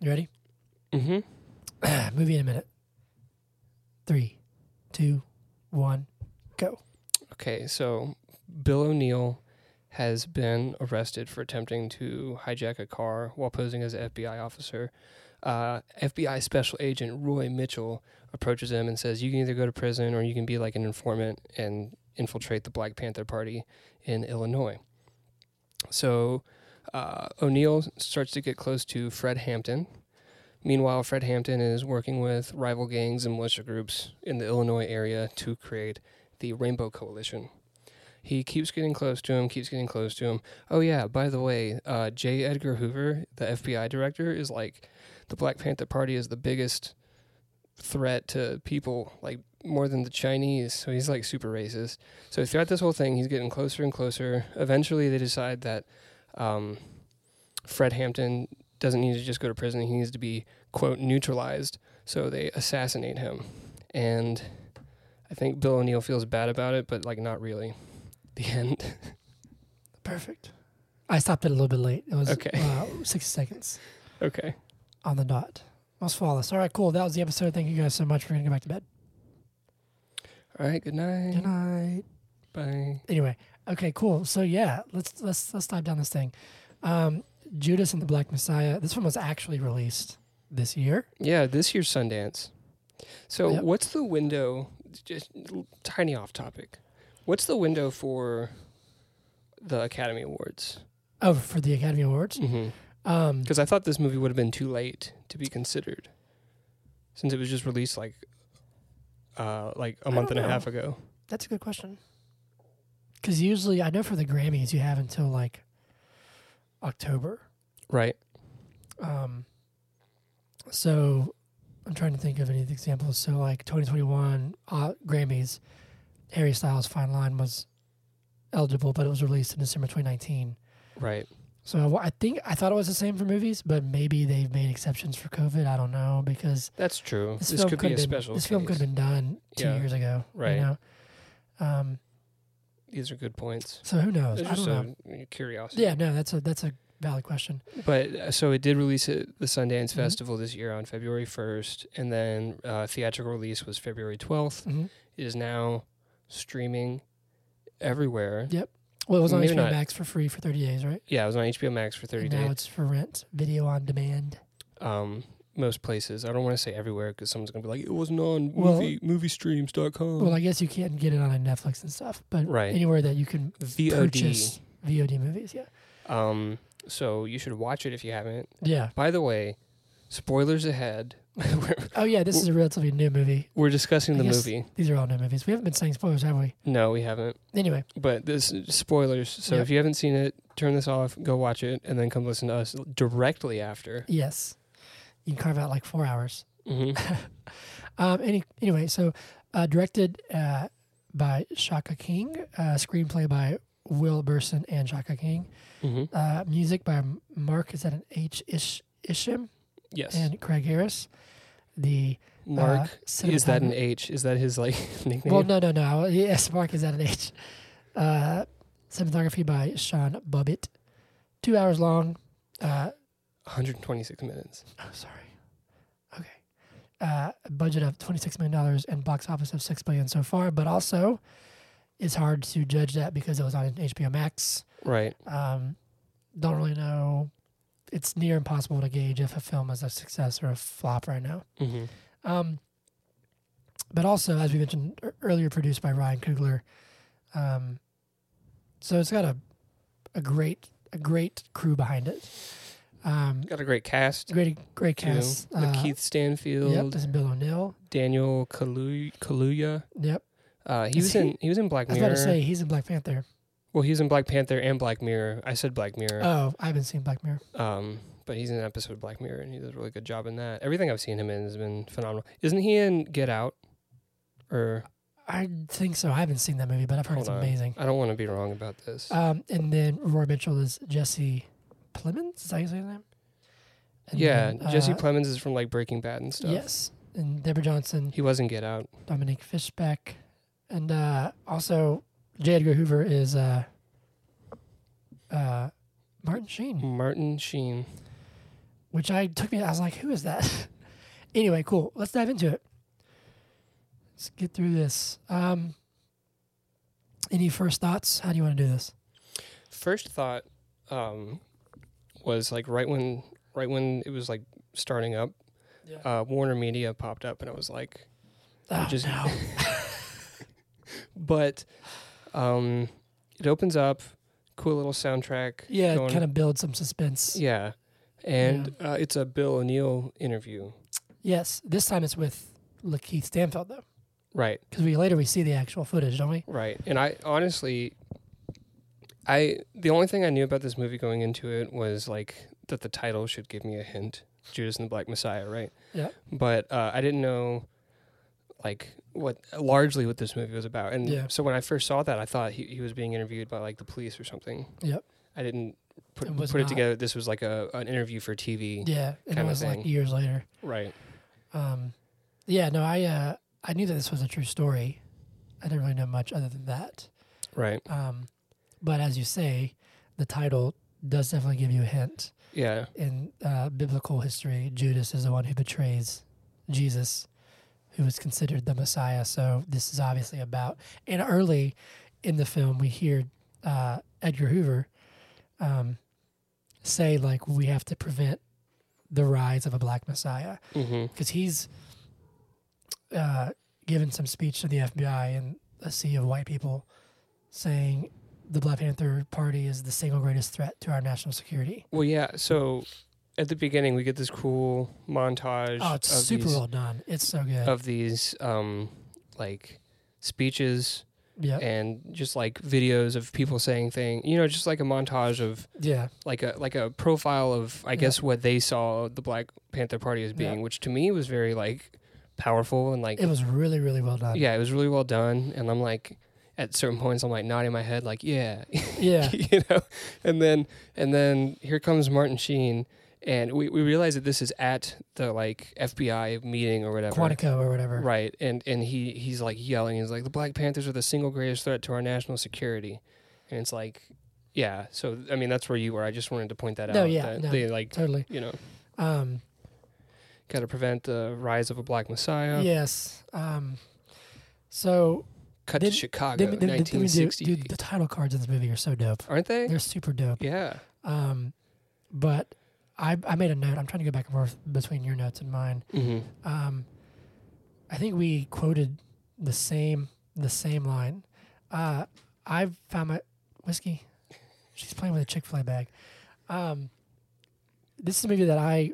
Speaker 2: You ready? *clears throat*
Speaker 1: mhm.
Speaker 2: Movie in a minute. Three, two, one, go.
Speaker 1: Okay, so Bill O'Neill has been arrested for attempting to hijack a car while posing as an FBI officer. Uh, FBI Special Agent Roy Mitchell approaches him and says, You can either go to prison or you can be like an informant and infiltrate the Black Panther Party in Illinois. So uh, O'Neill starts to get close to Fred Hampton. Meanwhile, Fred Hampton is working with rival gangs and militia groups in the Illinois area to create the Rainbow Coalition. He keeps getting close to him, keeps getting close to him. Oh, yeah, by the way, uh, J. Edgar Hoover, the FBI director, is like the Black Panther Party is the biggest threat to people, like more than the Chinese. So he's like super racist. So throughout this whole thing, he's getting closer and closer. Eventually, they decide that um, Fred Hampton doesn't need to just go to prison. He needs to be, quote, neutralized. So they assassinate him. And I think Bill O'Neill feels bad about it, but like not really. *laughs* The end.
Speaker 2: Perfect. I stopped it a little bit late. It was
Speaker 1: Okay.
Speaker 2: uh, 60 seconds
Speaker 1: okay.
Speaker 2: on the dot. Most flawless. All right, cool. That was the episode. Thank you guys so much. We're going to go back to bed.
Speaker 1: All right. Good night.
Speaker 2: Good night.
Speaker 1: Bye.
Speaker 2: anyway okay cool so yeah let's let's let's dive down this thing um judas and the black messiah this one was actually released this year
Speaker 1: Yeah, this year's Sundance. So,
Speaker 2: Yep.
Speaker 1: what's the window? Just l- tiny off topic. What's the window for the Academy Awards?
Speaker 2: oh for the academy awards
Speaker 1: Because
Speaker 2: um
Speaker 1: I thought this movie would have been too late to be considered, since it was just released like, uh, like a
Speaker 2: I
Speaker 1: month
Speaker 2: don't
Speaker 1: and a
Speaker 2: know.
Speaker 1: half ago.
Speaker 2: that's a good question because usually i know for the grammys you have until like october
Speaker 1: Right.
Speaker 2: um so i'm trying to think of any examples so like 2021 uh, grammys harry styles fine line was eligible but it was released in december 2019
Speaker 1: Right.
Speaker 2: So I think I thought it was the same for movies, but maybe they've made exceptions for COVID. I don't know because
Speaker 1: That's true.
Speaker 2: this,
Speaker 1: This,
Speaker 2: film
Speaker 1: could be a
Speaker 2: could've been,
Speaker 1: special.
Speaker 2: This film could
Speaker 1: case.
Speaker 2: have been done two
Speaker 1: Yeah,
Speaker 2: years ago,
Speaker 1: right.
Speaker 2: You know? Um.
Speaker 1: These are good points.
Speaker 2: So who knows?
Speaker 1: It's
Speaker 2: I don't
Speaker 1: just
Speaker 2: know.
Speaker 1: a curiosity.
Speaker 2: Yeah. No. That's a that's a valid question.
Speaker 1: But uh, so it did release at the Sundance
Speaker 2: Mhm.
Speaker 1: Festival this year on February 1st, and then uh, theatrical release was February 12th.
Speaker 2: hmm
Speaker 1: It is now streaming everywhere.
Speaker 2: Yeah. Well, it was on
Speaker 1: Maybe
Speaker 2: HBO
Speaker 1: not.
Speaker 2: Max for free for thirty days, right?
Speaker 1: Yeah, it was on HBO Max for 30
Speaker 2: and now
Speaker 1: days.
Speaker 2: it's for rent, video on demand.
Speaker 1: Um, most places. I don't want to say everywhere because someone's going to be like, it wasn't on
Speaker 2: Well-
Speaker 1: movie, moviestreams.com.
Speaker 2: Well, I guess you can't get it on Netflix and stuff, but
Speaker 1: Right.
Speaker 2: anywhere that you can
Speaker 1: VOD.
Speaker 2: purchase VOD movies, yeah,
Speaker 1: Um, so you should watch it if you haven't.
Speaker 2: yeah.
Speaker 1: By the way, spoilers ahead. *laughs* we're,
Speaker 2: Oh yeah, this is a relatively new movie.
Speaker 1: we're discussing
Speaker 2: I
Speaker 1: the
Speaker 2: guess-
Speaker 1: movie.
Speaker 2: These are all new movies. We haven't been saying spoilers, have we?
Speaker 1: No, we haven't.
Speaker 2: Anyway,
Speaker 1: but this spoilers. So
Speaker 2: Yep.
Speaker 1: if you haven't seen it, turn this off, go watch it, and then come listen to us directly after.
Speaker 2: yes, you can carve out like four hours.
Speaker 1: Mm-hmm.
Speaker 2: Um, any anyway, so uh, directed uh, by Shaka King, uh, screenplay by Will Burson and Shaka King,
Speaker 1: mm-hmm.
Speaker 2: uh, music by M- Mark is that an H Ish Isham
Speaker 1: Yes,
Speaker 2: and uh, Craig Harris. The
Speaker 1: Mark.
Speaker 2: uh,
Speaker 1: is that an
Speaker 2: cinematography-
Speaker 1: H? Is that his like *laughs* nickname?
Speaker 2: Well, no, no, no. *laughs* Yes, Mark is that an H. Uh, cinematography by Sean Bubbitt. Two hours long. Uh,
Speaker 1: 126 minutes.
Speaker 2: Oh, sorry. Okay. Uh, a budget of $26 million and box office of $6 billion so far, but also it's hard to judge that because it was on HBO Max.
Speaker 1: Right.
Speaker 2: Um, don't really know. It's near impossible to gauge if a film is a success or a flop right now.
Speaker 1: Mm-hmm.
Speaker 2: Um, but also, as we mentioned ear- earlier, produced by Ryan Coogler. Um, so it's got a a great a great crew behind it. Um,
Speaker 1: Got a great cast.
Speaker 2: great great
Speaker 1: too.
Speaker 2: cast.
Speaker 1: With
Speaker 2: Uh,
Speaker 1: Keith
Speaker 2: Yep,
Speaker 1: Stanfield,
Speaker 2: this is Bill O'Neill.
Speaker 1: Daniel Kalu- Kaluuya.
Speaker 2: Yep.
Speaker 1: Uh, he
Speaker 2: Is
Speaker 1: was
Speaker 2: he-
Speaker 1: in he was in Black
Speaker 2: I was about
Speaker 1: Mirror.
Speaker 2: to say he's in Black Panther.
Speaker 1: well, he was in Black Panther and Black Mirror. I said Black Mirror.
Speaker 2: Oh, I haven't seen Black Mirror.
Speaker 1: Um, but he's in an episode of Black Mirror, and he does a really good job in that. Everything I've seen him in has been phenomenal. Isn't he in Get Out? Or
Speaker 2: I think so. I haven't seen that movie, but I've heard Oh, it's
Speaker 1: Hold on.
Speaker 2: amazing.
Speaker 1: I don't want to be wrong about this.
Speaker 2: Um, and then Roy Mitchell is Jesse Plemons. Is that how you say his name? And
Speaker 1: yeah,
Speaker 2: then,
Speaker 1: Jesse
Speaker 2: uh,
Speaker 1: Plemons is from like Breaking Bad and stuff.
Speaker 2: Yes, and Deborah Johnson,
Speaker 1: He was in Get Out.
Speaker 2: Dominique Fishback, and uh, also J. Edgar Hoover is uh, uh, Martin Sheen,
Speaker 1: Martin Sheen.
Speaker 2: which I took me. I was like, who is that? *laughs* Anyway, cool. Let's dive into it. Let's get through this. Um, any first thoughts? How do you want to do this?
Speaker 1: First thought um, was like right when right when it was like starting up,
Speaker 2: Yeah.
Speaker 1: uh, Warner Media popped up, and I was like,
Speaker 2: Oh,
Speaker 1: just- *laughs*
Speaker 2: no. *laughs*
Speaker 1: but um, it opens up, cool little soundtrack.
Speaker 2: yeah,
Speaker 1: going-
Speaker 2: kind of build some suspense.
Speaker 1: yeah, and Uh, it's a Bill O'Neill interview,
Speaker 2: Yes, this time it's with Lakeith Stanfield though,
Speaker 1: right?
Speaker 2: because we later we see the actual footage, don't we?
Speaker 1: Right. And I honestly I the only thing I knew about this movie going into it was like that the title should give me a hint. Judas and the Black Messiah, right?
Speaker 2: Yeah.
Speaker 1: But uh, I didn't know like what largely what this movie was about. And
Speaker 2: Yeah.
Speaker 1: so when I first saw that I thought he, he was being interviewed by like the police or something.
Speaker 2: Yep.
Speaker 1: I didn't put
Speaker 2: It
Speaker 1: put
Speaker 2: was
Speaker 1: it
Speaker 2: not.
Speaker 1: together. This was like a an interview for TV.
Speaker 2: Yeah, and it
Speaker 1: Kinda
Speaker 2: was like
Speaker 1: thing.
Speaker 2: years later.
Speaker 1: Right.
Speaker 2: Um, yeah, no, I uh, I knew that this was a true story. I didn't really know much other than that.
Speaker 1: Right.
Speaker 2: Um, but as you say, the title does definitely give you a hint.
Speaker 1: Yeah.
Speaker 2: In uh, biblical history, Judas is the one who betrays Jesus, who is considered the Messiah. So this is obviously about. And early in the film, we hear uh, Edgar Hoover um, say, like, we have to prevent the rise of a black Messiah
Speaker 1: Mm-hmm.
Speaker 2: because he's uh, given some speech to the FBI and a sea of white people saying the Black Panther Party is the single greatest threat to our national security.
Speaker 1: Well yeah, so at the beginning we get this cool montage
Speaker 2: Oh, it's
Speaker 1: of
Speaker 2: super
Speaker 1: these-
Speaker 2: well done. It's so good.
Speaker 1: of these um like speeches
Speaker 2: yeah,
Speaker 1: and just like videos of people saying thing you know just like a montage of
Speaker 2: yeah,
Speaker 1: like a like a profile of i
Speaker 2: Yeah.
Speaker 1: guess what they saw the black panther party as
Speaker 2: Yeah.
Speaker 1: being which to me was very like powerful and like
Speaker 2: it was really, really well done.
Speaker 1: yeah it was really well done and i'm like at certain points i'm like nodding my head like yeah
Speaker 2: yeah,
Speaker 1: *laughs* you know and then and then here comes martin sheen and we, we realize that this is at the like fbi meeting or whatever
Speaker 2: Quantico or whatever.
Speaker 1: Right, and and he he's like yelling. He's like, the Black Panthers are the single greatest threat to our national security, and it's like, yeah. So I mean, that's where you were. I just wanted to point that
Speaker 2: No,
Speaker 1: out.
Speaker 2: yeah,
Speaker 1: that
Speaker 2: no.
Speaker 1: they like
Speaker 2: Totally.
Speaker 1: you know
Speaker 2: Um,
Speaker 1: got to prevent the rise of a Black Messiah.
Speaker 2: Yes. Um, so
Speaker 1: Cut
Speaker 2: Then-
Speaker 1: to Chicago,
Speaker 2: then, then, then we
Speaker 1: nineteen
Speaker 2: do,
Speaker 1: sixty.
Speaker 2: dude, the title cards in this movie are so dope.
Speaker 1: Aren't they?
Speaker 2: They're super dope.
Speaker 1: yeah.
Speaker 2: Um, but I, I made a note. I'm trying to go back and forth between your notes and mine.
Speaker 1: hmm
Speaker 2: Um, I think we quoted the same the same line. Uh, I've found my whiskey. She's playing with a Chick Fil A bag. Um, this is a movie that I,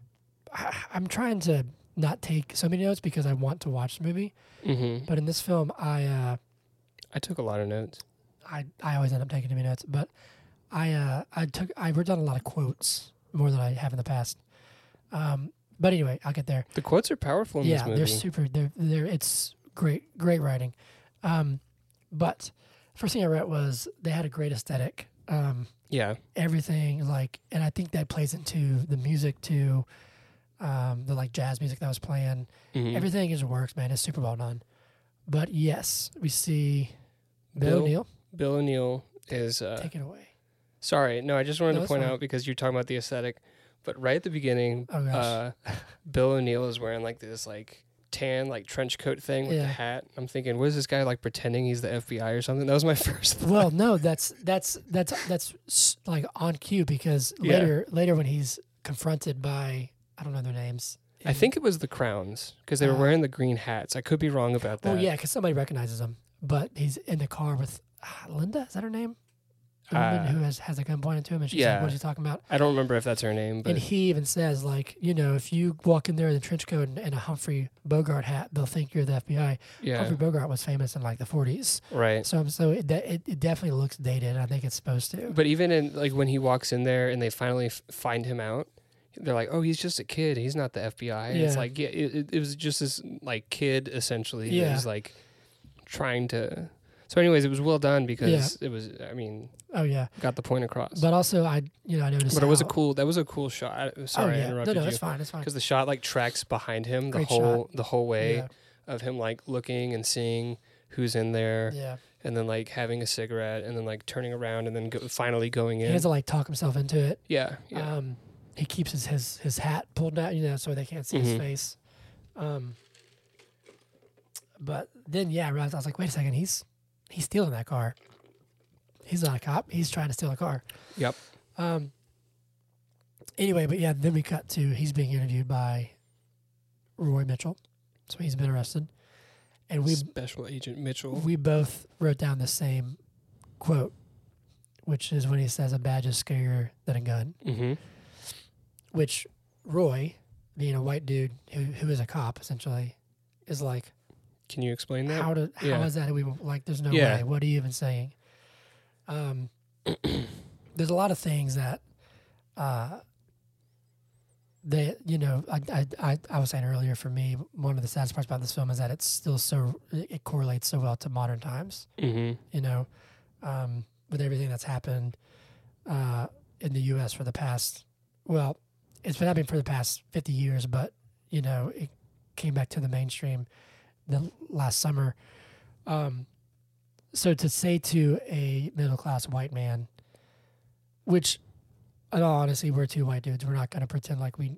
Speaker 2: *sighs* I I'm trying to not take so many notes because I want to watch the movie.
Speaker 1: hmm
Speaker 2: But in this film, I. Uh,
Speaker 1: I took a lot of notes.
Speaker 2: I, I always end up taking too many notes, but I uh, I took I wrote down a lot of quotes more than I have in the past. Um, but anyway, I'll get there.
Speaker 1: The quotes are powerful in
Speaker 2: yeah,
Speaker 1: this movie.
Speaker 2: they're super. They're they're it's great great writing. Um, but first thing I read was they had a great aesthetic. Um,
Speaker 1: yeah,
Speaker 2: everything like, and I think that plays into the music too. Um, the like jazz music that was playing.
Speaker 1: Mhm.
Speaker 2: Everything just works, man. It's super well done. But yes, we see Bill,
Speaker 1: Bill-
Speaker 2: Neal O'Neill.
Speaker 1: Bill O'Neill is uh,
Speaker 2: Take it away.
Speaker 1: Sorry, no, I just wanted
Speaker 2: No,
Speaker 1: to
Speaker 2: that's
Speaker 1: point
Speaker 2: fine.
Speaker 1: out because you're talking about the aesthetic, but right at the beginning,
Speaker 2: Oh, gosh.
Speaker 1: uh, Bill O'Neill is wearing like this like tan like trench coat thing with a
Speaker 2: Yeah.
Speaker 1: hat. I'm thinking, what is this guy like pretending he's the FBI or something? That was my *laughs* first thought.
Speaker 2: Well, no, that's that's that's that's s- like on cue because
Speaker 1: Yeah.
Speaker 2: later later when he's confronted by I don't know their names.
Speaker 1: I
Speaker 2: in-
Speaker 1: think it was the crowns because they were
Speaker 2: Uh,
Speaker 1: wearing the green hats. I could be wrong about that.
Speaker 2: Well, Oh, yeah, because somebody recognizes him, but he's in the car with ah, Linda. Is that her name? The
Speaker 1: Uh,
Speaker 2: woman who has has a gun pointed to him, and she's
Speaker 1: yeah.
Speaker 2: like, "What are you talking about?"
Speaker 1: I don't remember if that's her name, but
Speaker 2: and he even says, like, you know, if you walk in there in a trench coat and, and a Humphrey Bogart hat, they'll think you're the FBI.
Speaker 1: yeah,
Speaker 2: Humphrey Bogart was famous in like the 40s,
Speaker 1: right.
Speaker 2: so so it, de- it, it definitely looks dated. I think it's supposed to.
Speaker 1: But even in like when he walks in there and they finally f- find him out, they're like, "Oh, he's just a kid. He's not the FBI." And It's
Speaker 2: Yeah.
Speaker 1: like, yeah, it, it- it was just this like kid essentially. Yeah.
Speaker 2: Yeah.
Speaker 1: That was like trying to. So, anyways, it was well done because it was. I mean,
Speaker 2: Oh yeah,
Speaker 1: got the point across. But,
Speaker 2: but also I you know I noticed.
Speaker 1: it was a
Speaker 2: how-
Speaker 1: cool. That was a cool shot. I- Sorry, I interrupted
Speaker 2: Oh, no, no,
Speaker 1: you.
Speaker 2: it's fine. It's fine.
Speaker 1: Because the shot like tracks behind him the
Speaker 2: Great
Speaker 1: whole the whole way
Speaker 2: Yeah,
Speaker 1: of him like looking and seeing who's in there
Speaker 2: yeah.
Speaker 1: and then like having a cigarette and then like turning around and then go, finally going
Speaker 2: he
Speaker 1: in.
Speaker 2: has to like talk himself into it.
Speaker 1: yeah, yeah.
Speaker 2: Um, he keeps his, his his hat pulled down, you know, so they can't see
Speaker 1: Mhm.
Speaker 2: his face. Um, but then, yeah, I realized I was like, wait a second, he's he's stealing that car. He's not a cop. He's trying to steal a car.
Speaker 1: Yep.
Speaker 2: Um. Anyway, but yeah, then we cut to he's being interviewed by Roy Mitchell, so he's been arrested, and we
Speaker 1: Special Agent Mitchell.
Speaker 2: we both wrote down the same quote, which is when he says, "A badge is scarier than a gun."
Speaker 1: mm-hmm.
Speaker 2: Which Roy, being a white dude who who is a cop essentially, is like,
Speaker 1: Can you explain that?
Speaker 2: how do how is
Speaker 1: Yeah.
Speaker 2: that even like there's no
Speaker 1: Yeah.
Speaker 2: way what are you even saying um *clears throat* there's a lot of things that uh they you know I, I i i was saying earlier for me one of the saddest parts about this film is that it's still so it it correlates so well to modern times
Speaker 1: mm-hmm.
Speaker 2: you know um with everything that's happened uh in the us for the past well it's been happening for the past 50 years but you know it came back to the mainstream the last summer. Um, so to say to a middle class white man, which, in all honesty, we're two white dudes. We're not going to pretend like we,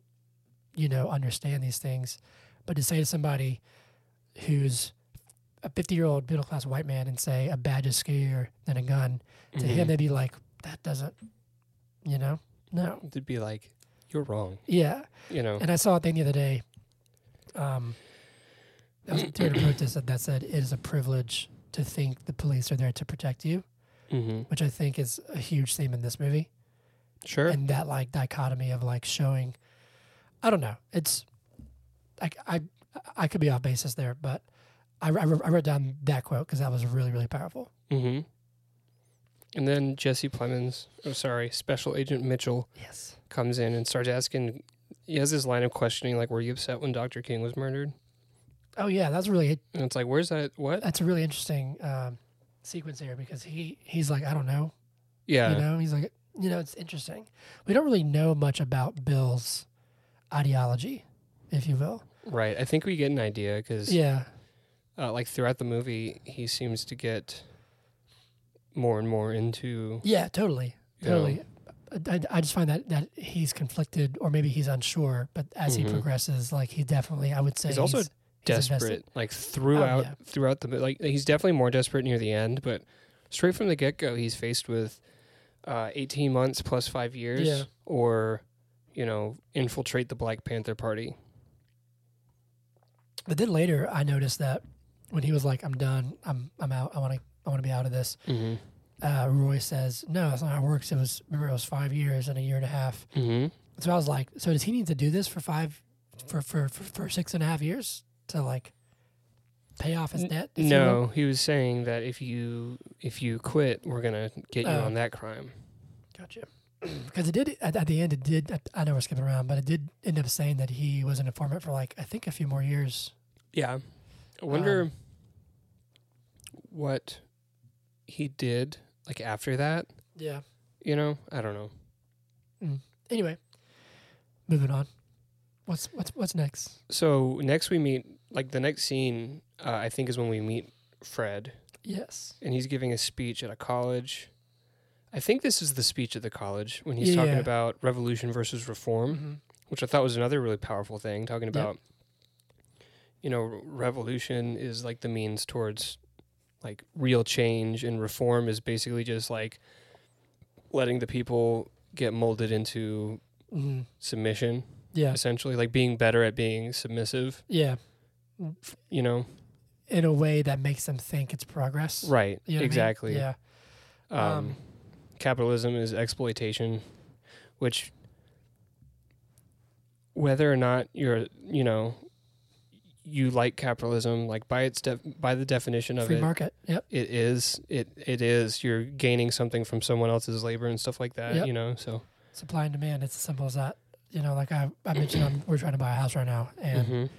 Speaker 2: you know, understand these things. But to say to somebody who's a 50 year old middle class white man and say a badge is scarier than a gun,
Speaker 1: Mm-hmm.
Speaker 2: to him, they'd be like, that doesn't, you know, no.
Speaker 1: They'd be like, "You're wrong,"
Speaker 2: Yeah.
Speaker 1: you know.
Speaker 2: And I saw a thing the other day. Um, that was during a protest that, that said it is a privilege to think the police are there to protect you,
Speaker 1: Mm-hmm.
Speaker 2: which I think is a huge theme in this movie.
Speaker 1: Sure.
Speaker 2: And that like dichotomy of like showing, I don't know, it's like I I could be off basis there, but I, I, wrote- I wrote down that quote because that was really really powerful.
Speaker 1: mm-hmm. And then Jesse Plemons, oh sorry, Special Agent Mitchell
Speaker 2: Yes.
Speaker 1: comes in and starts asking. He has this line of questioning, like, "Were you upset when Dr. King was murdered?"
Speaker 2: Oh yeah, that's really
Speaker 1: And it's like, "Where's that? What?"
Speaker 2: that's a really interesting um, sequence here because he he's like I don't know,
Speaker 1: Yeah.
Speaker 2: You know, he's like, you know, it's interesting. We don't really know much about Bill's ideology, if you will.
Speaker 1: Right. I think we get an idea because,
Speaker 2: Yeah,
Speaker 1: uh, like, throughout the movie, he seems to get more and more into.
Speaker 2: yeah, totally,
Speaker 1: you know,
Speaker 2: totally. I, I just find that that he's conflicted, or maybe he's unsure. But as
Speaker 1: Mhm.
Speaker 2: he progresses, like he definitely, I would say,
Speaker 1: He's also
Speaker 2: he's invested.
Speaker 1: desperate like throughout
Speaker 2: Oh, yeah.
Speaker 1: throughout the like he's definitely more desperate near the end but straight from the get-go he's faced with uh, 18 months plus five years
Speaker 2: Yeah.
Speaker 1: or you know infiltrate the black panther party
Speaker 2: But then later, I noticed that when he was like, "I'm done. I'm I'm out. I want to I want to be out of this."
Speaker 1: mm-hmm.
Speaker 2: Uh, Roy says, "No, that's not how it works. It was remember it was five years and a year and a half."
Speaker 1: Mm-hmm.
Speaker 2: So I was like, so does he need to do this for five, for for for, for six and a half years to like pay off his
Speaker 1: N-
Speaker 2: debt? if you will?
Speaker 1: no he was saying that if you if you quit we're gonna get you
Speaker 2: Oh.
Speaker 1: on that crime
Speaker 2: gotcha. *clears throat* Because it did at, at the end, it did. I, I know we're skipping around, but it did end up saying that he was an informant for like I think a few more years.
Speaker 1: yeah i wonder
Speaker 2: Um.
Speaker 1: what he did like after that
Speaker 2: Yeah.
Speaker 1: you know i don't know
Speaker 2: Anyway, moving on. What's what's what's next?
Speaker 1: So next we meet, like the next scene, uh, I think is when we meet Fred,
Speaker 2: Yes.
Speaker 1: and he's giving a speech at a college. I think this is the speech at the college when he's talking
Speaker 2: Yeah.
Speaker 1: about revolution versus reform,
Speaker 2: Mm-hmm.
Speaker 1: which I thought was another really powerful thing. Talking
Speaker 2: Yep.
Speaker 1: about, you know, r- revolution is like the means towards like real change, and reform is basically just like letting the people get molded into
Speaker 2: Mm-hmm.
Speaker 1: submission,
Speaker 2: Yeah.
Speaker 1: essentially, like being better at being submissive,
Speaker 2: Yeah.
Speaker 1: you know.
Speaker 2: In a way that makes them think it's progress.
Speaker 1: Right.
Speaker 2: You know what I mean?
Speaker 1: exactly.
Speaker 2: Yeah.
Speaker 1: Um,
Speaker 2: Um,
Speaker 1: capitalism is exploitation, which whether or not you're, you know, you like capitalism, like by its def- by the definition of
Speaker 2: Free
Speaker 1: it,
Speaker 2: market. Yep.
Speaker 1: it is it it is you're gaining something from someone else's labor and stuff like that,
Speaker 2: Yep.
Speaker 1: you know. So
Speaker 2: Supply and demand. It's as simple as that. You know, like I, I mentioned, I'm, we're trying to buy a house right now, and
Speaker 1: Mhm.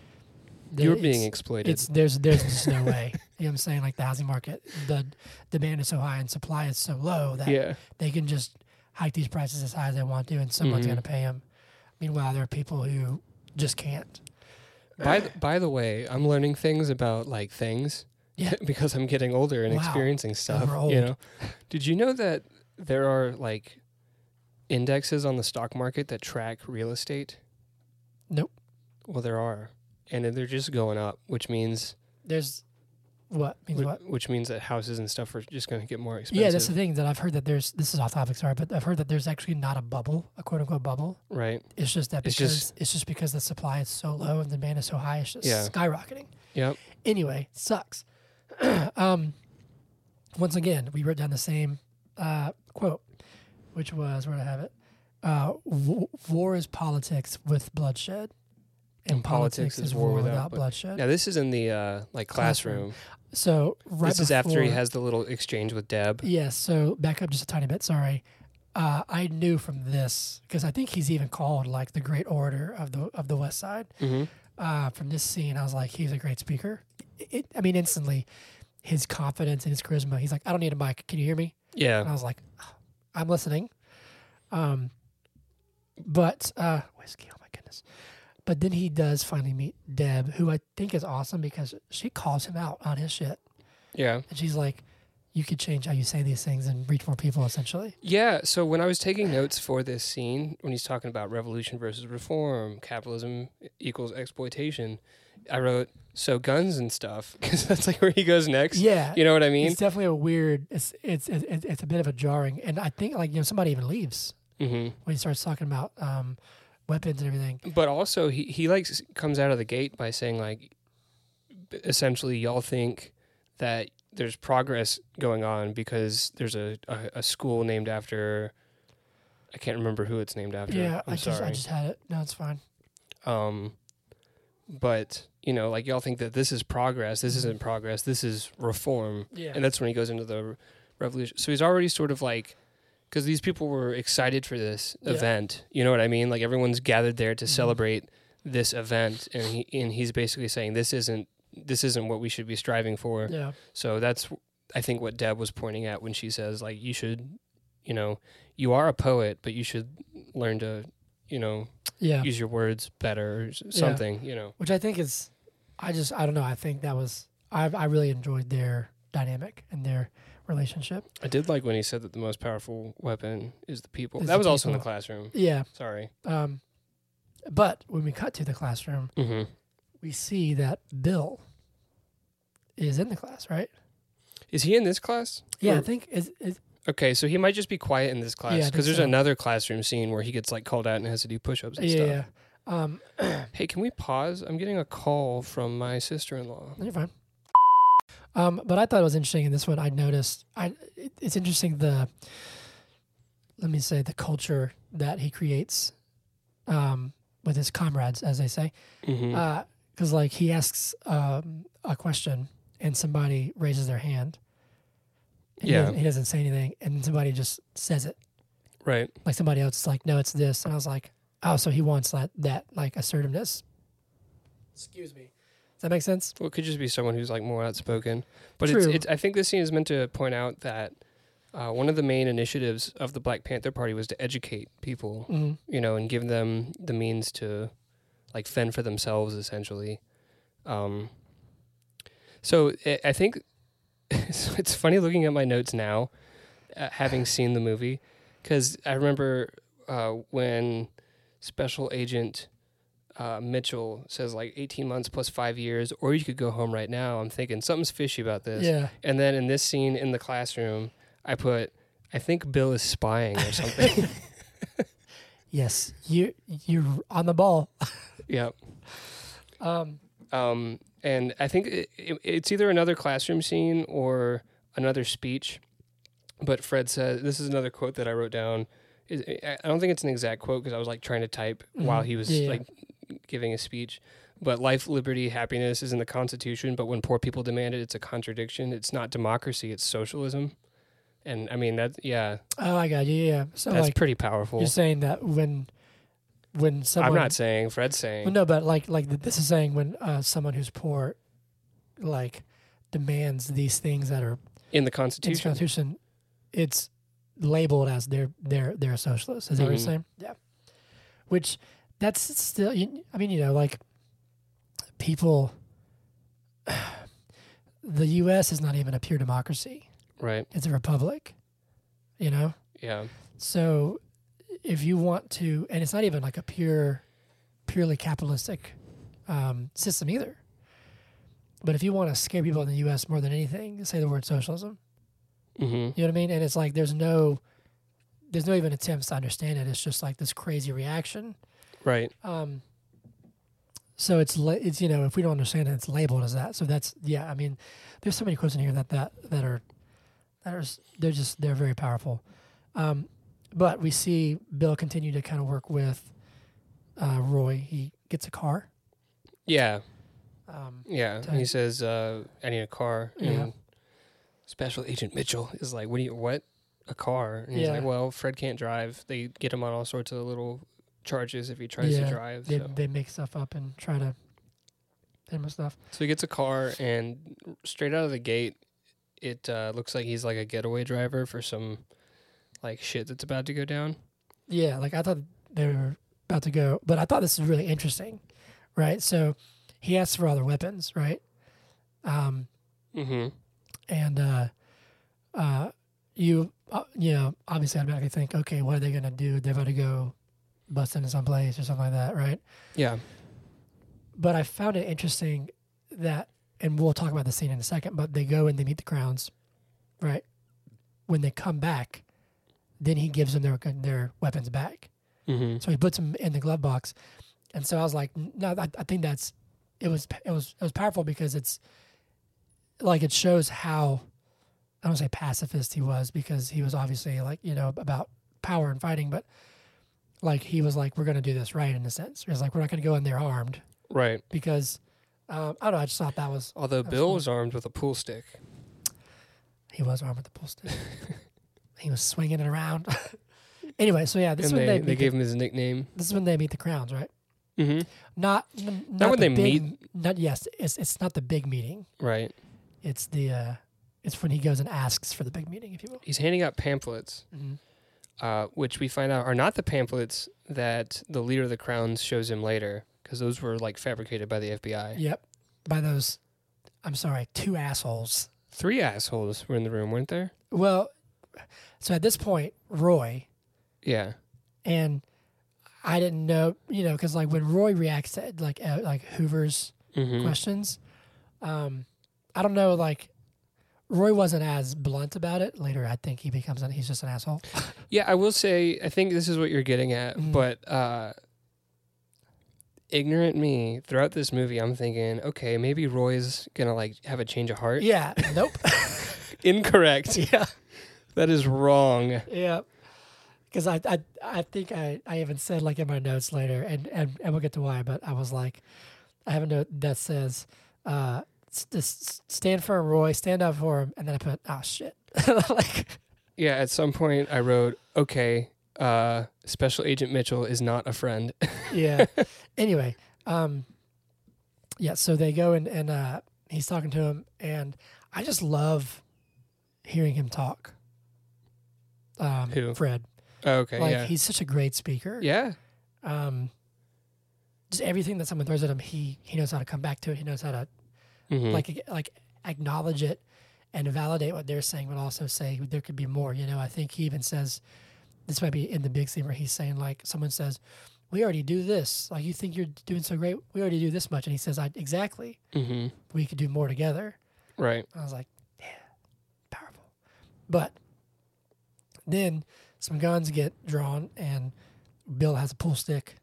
Speaker 2: there-
Speaker 1: you're
Speaker 2: it's-
Speaker 1: being exploited.
Speaker 2: It's there's there's just no way. *laughs* You know what I'm saying? Like the housing market, the demand is so high and supply is so low that
Speaker 1: yeah.
Speaker 2: they can just hike these prices as high as they want to, and someone's
Speaker 1: Mhm.
Speaker 2: going to pay them. Meanwhile, there are people who just can't.
Speaker 1: By th- by the way, I'm learning things about like things *laughs*
Speaker 2: Yeah.
Speaker 1: because I'm getting older and
Speaker 2: Wow.
Speaker 1: experiencing stuff.
Speaker 2: we're old.
Speaker 1: You know, did you know that there are like indexes on the stock market that track real estate?
Speaker 2: Nope.
Speaker 1: Well, there are. and they're just going up, which means
Speaker 2: *clears throat* There's what means
Speaker 1: whi-
Speaker 2: what?
Speaker 1: which means that houses and stuff are just going to get more expensive.
Speaker 2: Yeah, that's the thing that I've heard that there's. This is off topic, sorry, but I've heard that there's actually not a bubble, a quote unquote bubble.
Speaker 1: right.
Speaker 2: It's just that
Speaker 1: It's
Speaker 2: because
Speaker 1: just-
Speaker 2: it's just, because the supply is so low and the demand is so high, it's just
Speaker 1: Yeah.
Speaker 2: skyrocketing.
Speaker 1: Yep.
Speaker 2: Anyway, sucks. *clears throat* um, once again, we wrote down the same uh, quote, which was where do I have it. Uh, "W- war is politics with bloodshed, and, politics, is war without,
Speaker 1: blo-
Speaker 2: bloodshed.
Speaker 1: Now this is in the uh, like classroom.
Speaker 2: Classroom. So right
Speaker 1: this is after he
Speaker 2: before-
Speaker 1: has the little exchange with Deb.
Speaker 2: Yes. So back up just a tiny bit. Sorry. Uh, I knew from this because I think he's even called like the great orator of the of the West Side.
Speaker 1: hmm
Speaker 2: Uh, from this scene, I was like, he's a great speaker. It, it, I mean, instantly, his confidence and his charisma. He's like, I don't need a mic. Can you hear me? And I
Speaker 1: Yeah.
Speaker 2: was like, "Ah, I'm listening. Um, but uh, whiskey. Oh my goodness. But then he does finally meet Deb, who I think is awesome because she calls him out on his shit.
Speaker 1: Yeah.
Speaker 2: And she's like, you could change how you say these things and reach more people, essentially.
Speaker 1: Yeah. So when I was taking notes for this scene, when he's talking about revolution versus reform, capitalism equals exploitation, I wrote so guns and stuff *laughs* because that's like where he goes next.
Speaker 2: Yeah.
Speaker 1: You know what I mean?
Speaker 2: It's definitely a weird, it's, it's, it's, it's a bit of a jarring. And I think, like, you know, somebody even leaves
Speaker 1: hmm
Speaker 2: when he starts talking about um, weapons and everything.
Speaker 1: But also he he like s- comes out of the gate by saying like, b- essentially y'all think that there's progress going on because there's a a, a school named after. I can't remember who it's named after.
Speaker 2: yeah.
Speaker 1: I'm
Speaker 2: I
Speaker 1: sorry.
Speaker 2: just, I just had it. No, it's fine.
Speaker 1: Um, but you know, like y'all think that this is progress. This isn't progress. This is reform,
Speaker 2: Yeah.
Speaker 1: and that's when he goes into the re- revolution. So he's already sort of like, because these people were excited for this
Speaker 2: Yeah.
Speaker 1: event. You know what I mean? Like everyone's gathered there to
Speaker 2: Mhm.
Speaker 1: celebrate this event, and he and he's basically saying this isn't this isn't what we should be striving for.
Speaker 2: yeah.
Speaker 1: So that's I think what Deb was pointing at when she says like you should, you know, you are a poet, but you should learn to, you know,
Speaker 2: Yeah.
Speaker 1: use your words better or s- something you know
Speaker 2: Which I think is, I just, I don't know. I think that was, I, I really enjoyed their dynamic and their relationship.
Speaker 1: i did like when he said that the most powerful weapon is the people
Speaker 2: Is
Speaker 1: that
Speaker 2: the
Speaker 1: was also in the
Speaker 2: people.
Speaker 1: classroom
Speaker 2: Yeah.
Speaker 1: sorry
Speaker 2: Um, but when we cut to the classroom,
Speaker 1: hmm
Speaker 2: we see that Bill is in the class, right?
Speaker 1: is he in this class
Speaker 2: Yeah, I
Speaker 1: Or-
Speaker 2: think is, is
Speaker 1: okay so he might just be quiet in this
Speaker 2: I
Speaker 1: class
Speaker 2: think
Speaker 1: because there's
Speaker 2: so.
Speaker 1: another classroom scene where he gets like called out and has to do push-ups and
Speaker 2: yeah,
Speaker 1: stuff
Speaker 2: yeah. Um,
Speaker 1: hey can we pause i'm getting a call from my sister-in-law
Speaker 2: you're fine. Um, but I thought it was interesting in this one. I noticed I it, it's interesting the let me say the culture that he creates um, with his comrades, as they say,
Speaker 1: hmm
Speaker 2: because like he asks um, a question and somebody raises their hand. and he
Speaker 1: Yeah.
Speaker 2: doesn't- he doesn't say anything, and somebody just says it.
Speaker 1: right
Speaker 2: like somebody else is like, no, it's this, and I was like, oh, so he wants that that like assertiveness. Excuse me. Does that make sense?
Speaker 1: well it could just be someone who's like more outspoken but it's,
Speaker 2: True.
Speaker 1: it's i think this scene is meant to point out that uh, one of the main initiatives of the black panther party was to educate people
Speaker 2: Mm-hmm.
Speaker 1: you know, and give them the means to like fend for themselves essentially. Um, so I, I think *laughs* so it's funny looking at my notes now, uh, having seen the movie, because I remember uh, when Special Agent uh, Mitchell says like 18 months plus five years, or you could go home right now. I'm thinking something's fishy about this.
Speaker 2: Yeah.
Speaker 1: And then in this scene in the classroom, I put, I think Bill is spying or something.
Speaker 2: Yes. You you're on the ball.
Speaker 1: yeah.
Speaker 2: Um.
Speaker 1: Um, and I think it, it, it's either another classroom scene or another speech. But Fred says, this is another quote that I wrote down. It- I I don't think it's an exact quote because I was like trying to type while
Speaker 2: Mhm.
Speaker 1: he was
Speaker 2: Yeah, yeah.
Speaker 1: like giving a speech. But life, liberty, happiness is in the Constitution. But when poor people demand it, it's a contradiction. It's not democracy, it's socialism. And I mean, that, yeah,
Speaker 2: Oh, I got you. Yeah. yeah. So
Speaker 1: that's
Speaker 2: like
Speaker 1: pretty powerful.
Speaker 2: you're saying that when when someone
Speaker 1: I'm not saying, Fred's saying.
Speaker 2: well, no, but like like th- this is saying when uh, someone who's poor, like, demands these things that are
Speaker 1: in the
Speaker 2: in the
Speaker 1: Constitution.
Speaker 2: Constitution, it's labeled as they're they're they're a socialist. Is that what you're
Speaker 1: Mhm.
Speaker 2: saying? Yeah. Which that's still. you- I mean, you know, like people. *sighs* The U.S. is not even a pure democracy;
Speaker 1: Right.
Speaker 2: it's a republic. You know,
Speaker 1: Yeah.
Speaker 2: so if you want to, and it's not even like a pure, purely capitalistic um, system either. But if you want to scare people in the U.S. more than anything, say the word socialism.
Speaker 1: Mm-hmm.
Speaker 2: You know what I mean? And it's like there's no, there's no even attempts to understand it. It's just like this crazy reaction.
Speaker 1: Right.
Speaker 2: Um, so it's la- it's you know if we don't understand it, it's labeled as that. So that's yeah. I mean, there's so many quotes in here that that that are that are s- they're just they're very powerful. Um, but we see Bill continue to kind of work with uh, Roy. He gets a car.
Speaker 1: Yeah.
Speaker 2: Um,
Speaker 1: Yeah.
Speaker 2: Sorry.
Speaker 1: He says, uh, "I need a car."
Speaker 2: Yeah.
Speaker 1: And Special Agent Mitchell is like, "What do you what? A car?" And he's
Speaker 2: Yeah.
Speaker 1: like, "Well, Fred can't drive. They get him on all sorts of little charges if he tries
Speaker 2: Yeah.
Speaker 1: to drive."
Speaker 2: they
Speaker 1: so.
Speaker 2: they make stuff up and try to hit him with stuff.
Speaker 1: so he gets a car, and straight out of the gate, it uh, looks like he's like a getaway driver for some like shit that's about to go down.
Speaker 2: Yeah, like I thought they were about to go, but I thought this was really interesting, right? So he asks for other weapons, right? Um,
Speaker 1: Mm-hmm.
Speaker 2: and uh, uh, you uh, you know obviously automatically think, okay, what are they gonna do? They're about to go bust into some place or something like that, right?
Speaker 1: Yeah.
Speaker 2: But I found it interesting that, and we'll talk about the scene in a second. But they go and they meet the crowns, right? When they come back, then he gives them their their weapons back.
Speaker 1: Mm-hmm.
Speaker 2: So he puts them in the glove box, and so I was like, no, I, I think that's it was it was it was powerful because it's like it shows how I don't say pacifist he was because he was obviously like you know about power and fighting, but like he was like we're gonna do this right in a sense. He was like we're not gonna go in there armed
Speaker 1: Right.
Speaker 2: because um, I don't know. I just thought that was
Speaker 1: Although
Speaker 2: Absolutely.
Speaker 1: Bill was armed with a pool stick.
Speaker 2: he was armed with the
Speaker 1: *laughs*
Speaker 2: pool stick. he was swinging it around. *laughs* anyway, so yeah, this is
Speaker 1: and
Speaker 2: when
Speaker 1: they,
Speaker 2: they,
Speaker 1: they,
Speaker 2: meet
Speaker 1: gave
Speaker 2: the,
Speaker 1: him his nickname.
Speaker 2: this is when they meet the crowns, right?
Speaker 1: Mm-hmm.
Speaker 2: not n- not,
Speaker 1: when
Speaker 2: the
Speaker 1: they
Speaker 2: big, meet. Not yes, it's it's not the big meeting.
Speaker 1: Right.
Speaker 2: It's the uh, it's when he goes and asks for the big meeting, if you will.
Speaker 1: He's handing out pamphlets, uh, which we find out are not the pamphlets that the leader of the crowns shows him later, because those were like fabricated by the FBI.
Speaker 2: Yep, by those. I'm sorry, two assholes.
Speaker 1: Three assholes were in the room, weren't there?
Speaker 2: Well, so at this point, Roy
Speaker 1: Yeah.
Speaker 2: and I didn't know, you know, because like when Roy reacts to like uh, like Hoover's
Speaker 1: Mm-hmm.
Speaker 2: questions, um, I don't know, like. Roy wasn't as blunt about it. Later, I think he becomes an, he's just an asshole.
Speaker 1: Yeah, I will say, I think this is what you're getting at,
Speaker 2: Mhm.
Speaker 1: but uh, ignorant me, throughout this movie, I'm thinking, okay, maybe Roy's gonna like have a change of heart.
Speaker 2: yeah. Nope.
Speaker 1: *laughs* Incorrect.
Speaker 2: *laughs* yeah.
Speaker 1: That is wrong.
Speaker 2: Yeah. Because I, I I think I, I even said like in my notes later and, and, and we'll get to why, but I was like I have a note that says uh s- s- stand firm Roy, stand up for him and then I put oh shit. *laughs* like
Speaker 1: Yeah, at some point I wrote, okay, uh, Special Agent Mitchell is not a friend.
Speaker 2: yeah. *laughs* anyway, um yeah, so they go and, and uh he's talking to him and I just love hearing him talk. Um
Speaker 1: Who?
Speaker 2: Fred.
Speaker 1: okay,
Speaker 2: Like
Speaker 1: yeah.
Speaker 2: he's such a great speaker.
Speaker 1: yeah,
Speaker 2: um, just everything that someone throws at him, he he knows how to come back to it. He knows how to
Speaker 1: Mhm.
Speaker 2: like like acknowledge it and validate what they're saying, but also say there could be more. You know, I think he even says this might be in the big scene where he's saying like someone says, "We already do this. Like you think you're doing so great. We already do this much," and he says, "I exactly.
Speaker 1: Mhm.
Speaker 2: We could do more together."
Speaker 1: right.
Speaker 2: I was like, yeah, powerful. But then some guns get drawn, and Bill has a pool stick,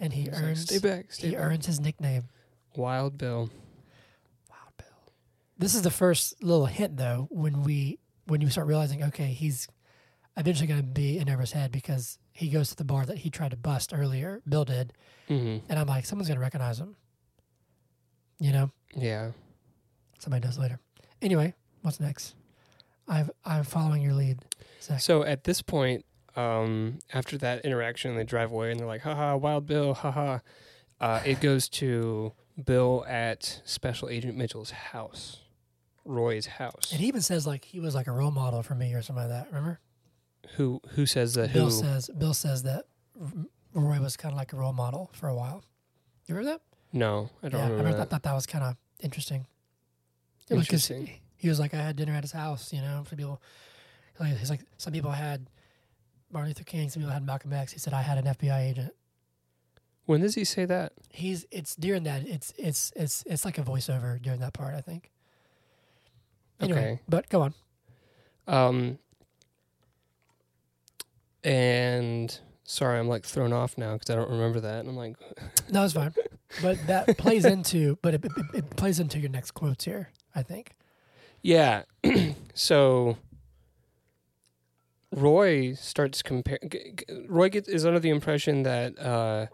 Speaker 2: and he
Speaker 1: He's like,
Speaker 2: earns
Speaker 1: stay back, stay
Speaker 2: he
Speaker 1: back.
Speaker 2: earns his nickname,
Speaker 1: Wild Bill.
Speaker 2: Wild Bill. This is the first little hint, though, when we when you start realizing, okay, he's eventually going to be in Ever's head because he goes to the bar that he tried to bust earlier. Bill did,
Speaker 1: hmm
Speaker 2: and I'm like, someone's going to recognize him. You know,
Speaker 1: Yeah,
Speaker 2: somebody does later. Anyway, what's next? I've, I'm following your lead. Zach.
Speaker 1: So at this point, um, after that interaction, they drive away and they're like, haha, Wild Bill, haha. Uh, it goes to Bill at Special Agent Mitchell's house, Roy's house.
Speaker 2: And he even says like he was like a role model for me or something like that. Remember?
Speaker 1: Who who says that?
Speaker 2: Bill
Speaker 1: Who?
Speaker 2: says Bill says that R- Roy was kind of like a role model for a while. You remember that?
Speaker 1: no, I don't
Speaker 2: yeah, I,
Speaker 1: remember.
Speaker 2: remember, I
Speaker 1: that.
Speaker 2: thought that was kind of interesting. It was 'cause
Speaker 1: Interesting.
Speaker 2: he was like I had dinner at his house. You know, some people like he's like some people had Martin Luther King, some people had Malcolm X. He said I had an FBI agent.
Speaker 1: When does he say that?
Speaker 2: He's it's during that it's it's it's it's like a voiceover during that part. I think. Anyway,
Speaker 1: Okay.
Speaker 2: but go on.
Speaker 1: Um, and sorry, I'm like thrown off now because I don't remember that. And I'm like,
Speaker 2: No, it's fine. but
Speaker 1: *laughs*
Speaker 2: that plays into but it, it, it plays into your next quotes here. I think.
Speaker 1: yeah. *clears throat* so Roy starts comparing. Roy gets, is under the impression that uh,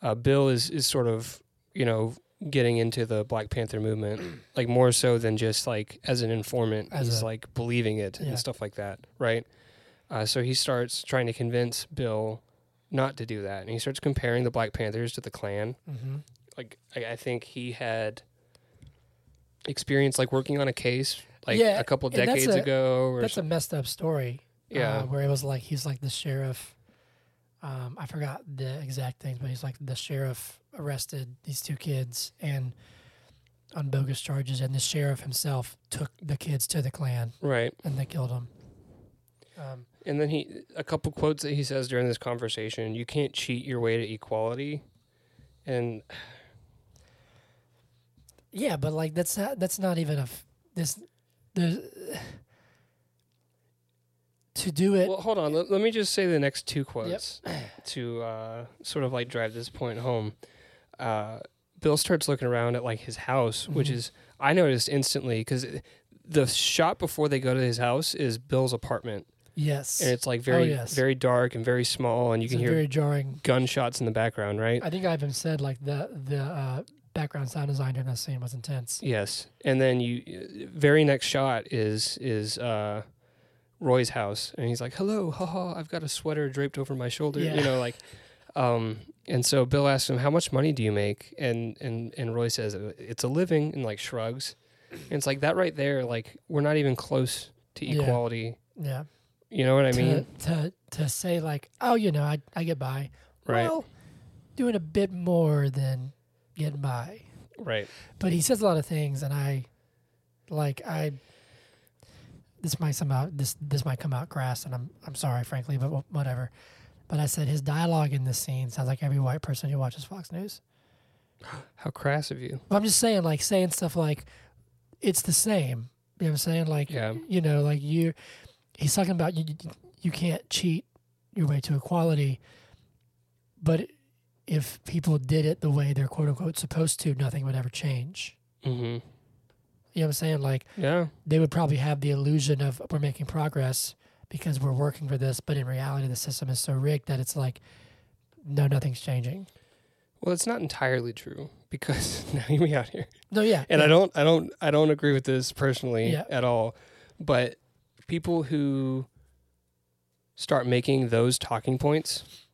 Speaker 1: uh, Bill is is sort of you know getting into the Black Panther
Speaker 2: *clears throat*
Speaker 1: movement, like more so than just like as an informant.
Speaker 2: As
Speaker 1: he's
Speaker 2: a-
Speaker 1: like believing it
Speaker 2: Yeah.
Speaker 1: and stuff like that, right? Uh, so he starts trying to convince Bill not to do that, and he starts comparing the Black Panthers to the Klan.
Speaker 2: Mm-hmm.
Speaker 1: like I, I think he had experience like working on a case like
Speaker 2: Yeah,
Speaker 1: a couple
Speaker 2: and that's
Speaker 1: decades
Speaker 2: a-
Speaker 1: ago or
Speaker 2: That's a
Speaker 1: some-
Speaker 2: messed up story.
Speaker 1: yeah
Speaker 2: uh, where it was like he's like the sheriff. Um, I forgot the exact things, but he's like the sheriff arrested these two kids and on bogus charges, and the sheriff himself took the kids to the clan
Speaker 1: right
Speaker 2: and they killed them. Um,
Speaker 1: and then he a couple quotes that he says during this conversation you can't cheat your way to equality and
Speaker 2: yeah, but like that's not that's not even a f- this the to do it.
Speaker 1: well hold on let, let me just say the next two quotes to uh, sort of like drive this point home uh, bill starts looking around at like his house which
Speaker 2: Mhm.
Speaker 1: is i noticed instantly because the shot before they go to his house is bill's apartment
Speaker 2: yes,
Speaker 1: and it's like very
Speaker 2: Oh, yes.
Speaker 1: very dark and very small and you
Speaker 2: It's
Speaker 1: can
Speaker 2: a
Speaker 1: hear
Speaker 2: very jarring.
Speaker 1: gunshots in the background right
Speaker 2: I think I even said like the the uh, background sound design during that scene was intense.
Speaker 1: yes and then you very next shot is is uh roy's house and he's like hello haha i've got a sweater draped over my shoulder
Speaker 2: Yeah.
Speaker 1: you know like um and so bill asks him how much money do you make and and and roy says it's a living and like shrugs and it's like that right there like we're not even close to
Speaker 2: Yeah.
Speaker 1: equality
Speaker 2: Yeah.
Speaker 1: you know what i
Speaker 2: to-
Speaker 1: mean
Speaker 2: to to say like, oh, you know, I I get by.
Speaker 1: Right.
Speaker 2: Well, doing a bit more than getting by,
Speaker 1: right
Speaker 2: but he says a lot of things, and I, like, I. This might somehow this this might come out crass, and I'm I'm sorry, frankly, but wh- whatever. But I said his dialogue in this scene sounds like every white person who watches Fox News.
Speaker 1: how crass of you
Speaker 2: But I'm just saying, like, saying stuff like, it's the same. You know what I'm saying? Like,
Speaker 1: Yeah.
Speaker 2: you know, like you, he's talking about you, you can't cheat your way to equality. But if people did it the way they're quote unquote supposed to, nothing would ever change.
Speaker 1: hmm
Speaker 2: You know what I'm saying? Like,
Speaker 1: yeah
Speaker 2: they would probably have the illusion of we're making progress because we're working for this. But in reality, the system is so rigged that it's like, no, nothing's changing.
Speaker 1: Well, it's not entirely true because *laughs* now hear me out here,
Speaker 2: No, yeah.
Speaker 1: and I
Speaker 2: yeah.
Speaker 1: don't, I don't, I don't agree with this personally
Speaker 2: Yeah.
Speaker 1: at all. But people who start making those talking points,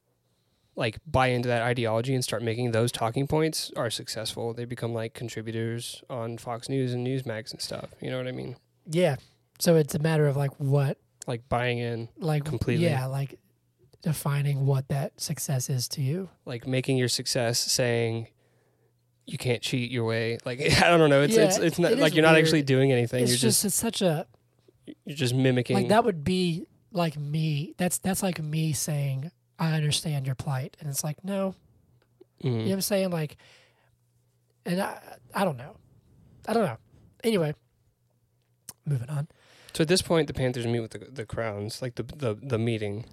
Speaker 1: like buy into that ideology and start making those talking points, are successful. They become like contributors on Fox News and Newsmax and stuff. You know what I mean?
Speaker 2: Yeah. So it's a matter of like what
Speaker 1: Like buying in,
Speaker 2: like
Speaker 1: Completely.
Speaker 2: yeah like defining what that success is to you
Speaker 1: like making your success, saying. You can't cheat your way. Like *laughs* I don't know. It's
Speaker 2: Yeah,
Speaker 1: it's it's not
Speaker 2: it is
Speaker 1: like you're not
Speaker 2: weird.
Speaker 1: actually doing anything.
Speaker 2: it's
Speaker 1: you're
Speaker 2: just,
Speaker 1: just,
Speaker 2: it's such a
Speaker 1: you're just mimicking.
Speaker 2: like that would be like me that's that's like me saying i understand your plight and it's like no
Speaker 1: Mm.
Speaker 2: you know what i'm saying like and i i don't know i don't know anyway moving on
Speaker 1: So at this point, the Panthers meet with the, the Crowns, like the the, the meeting.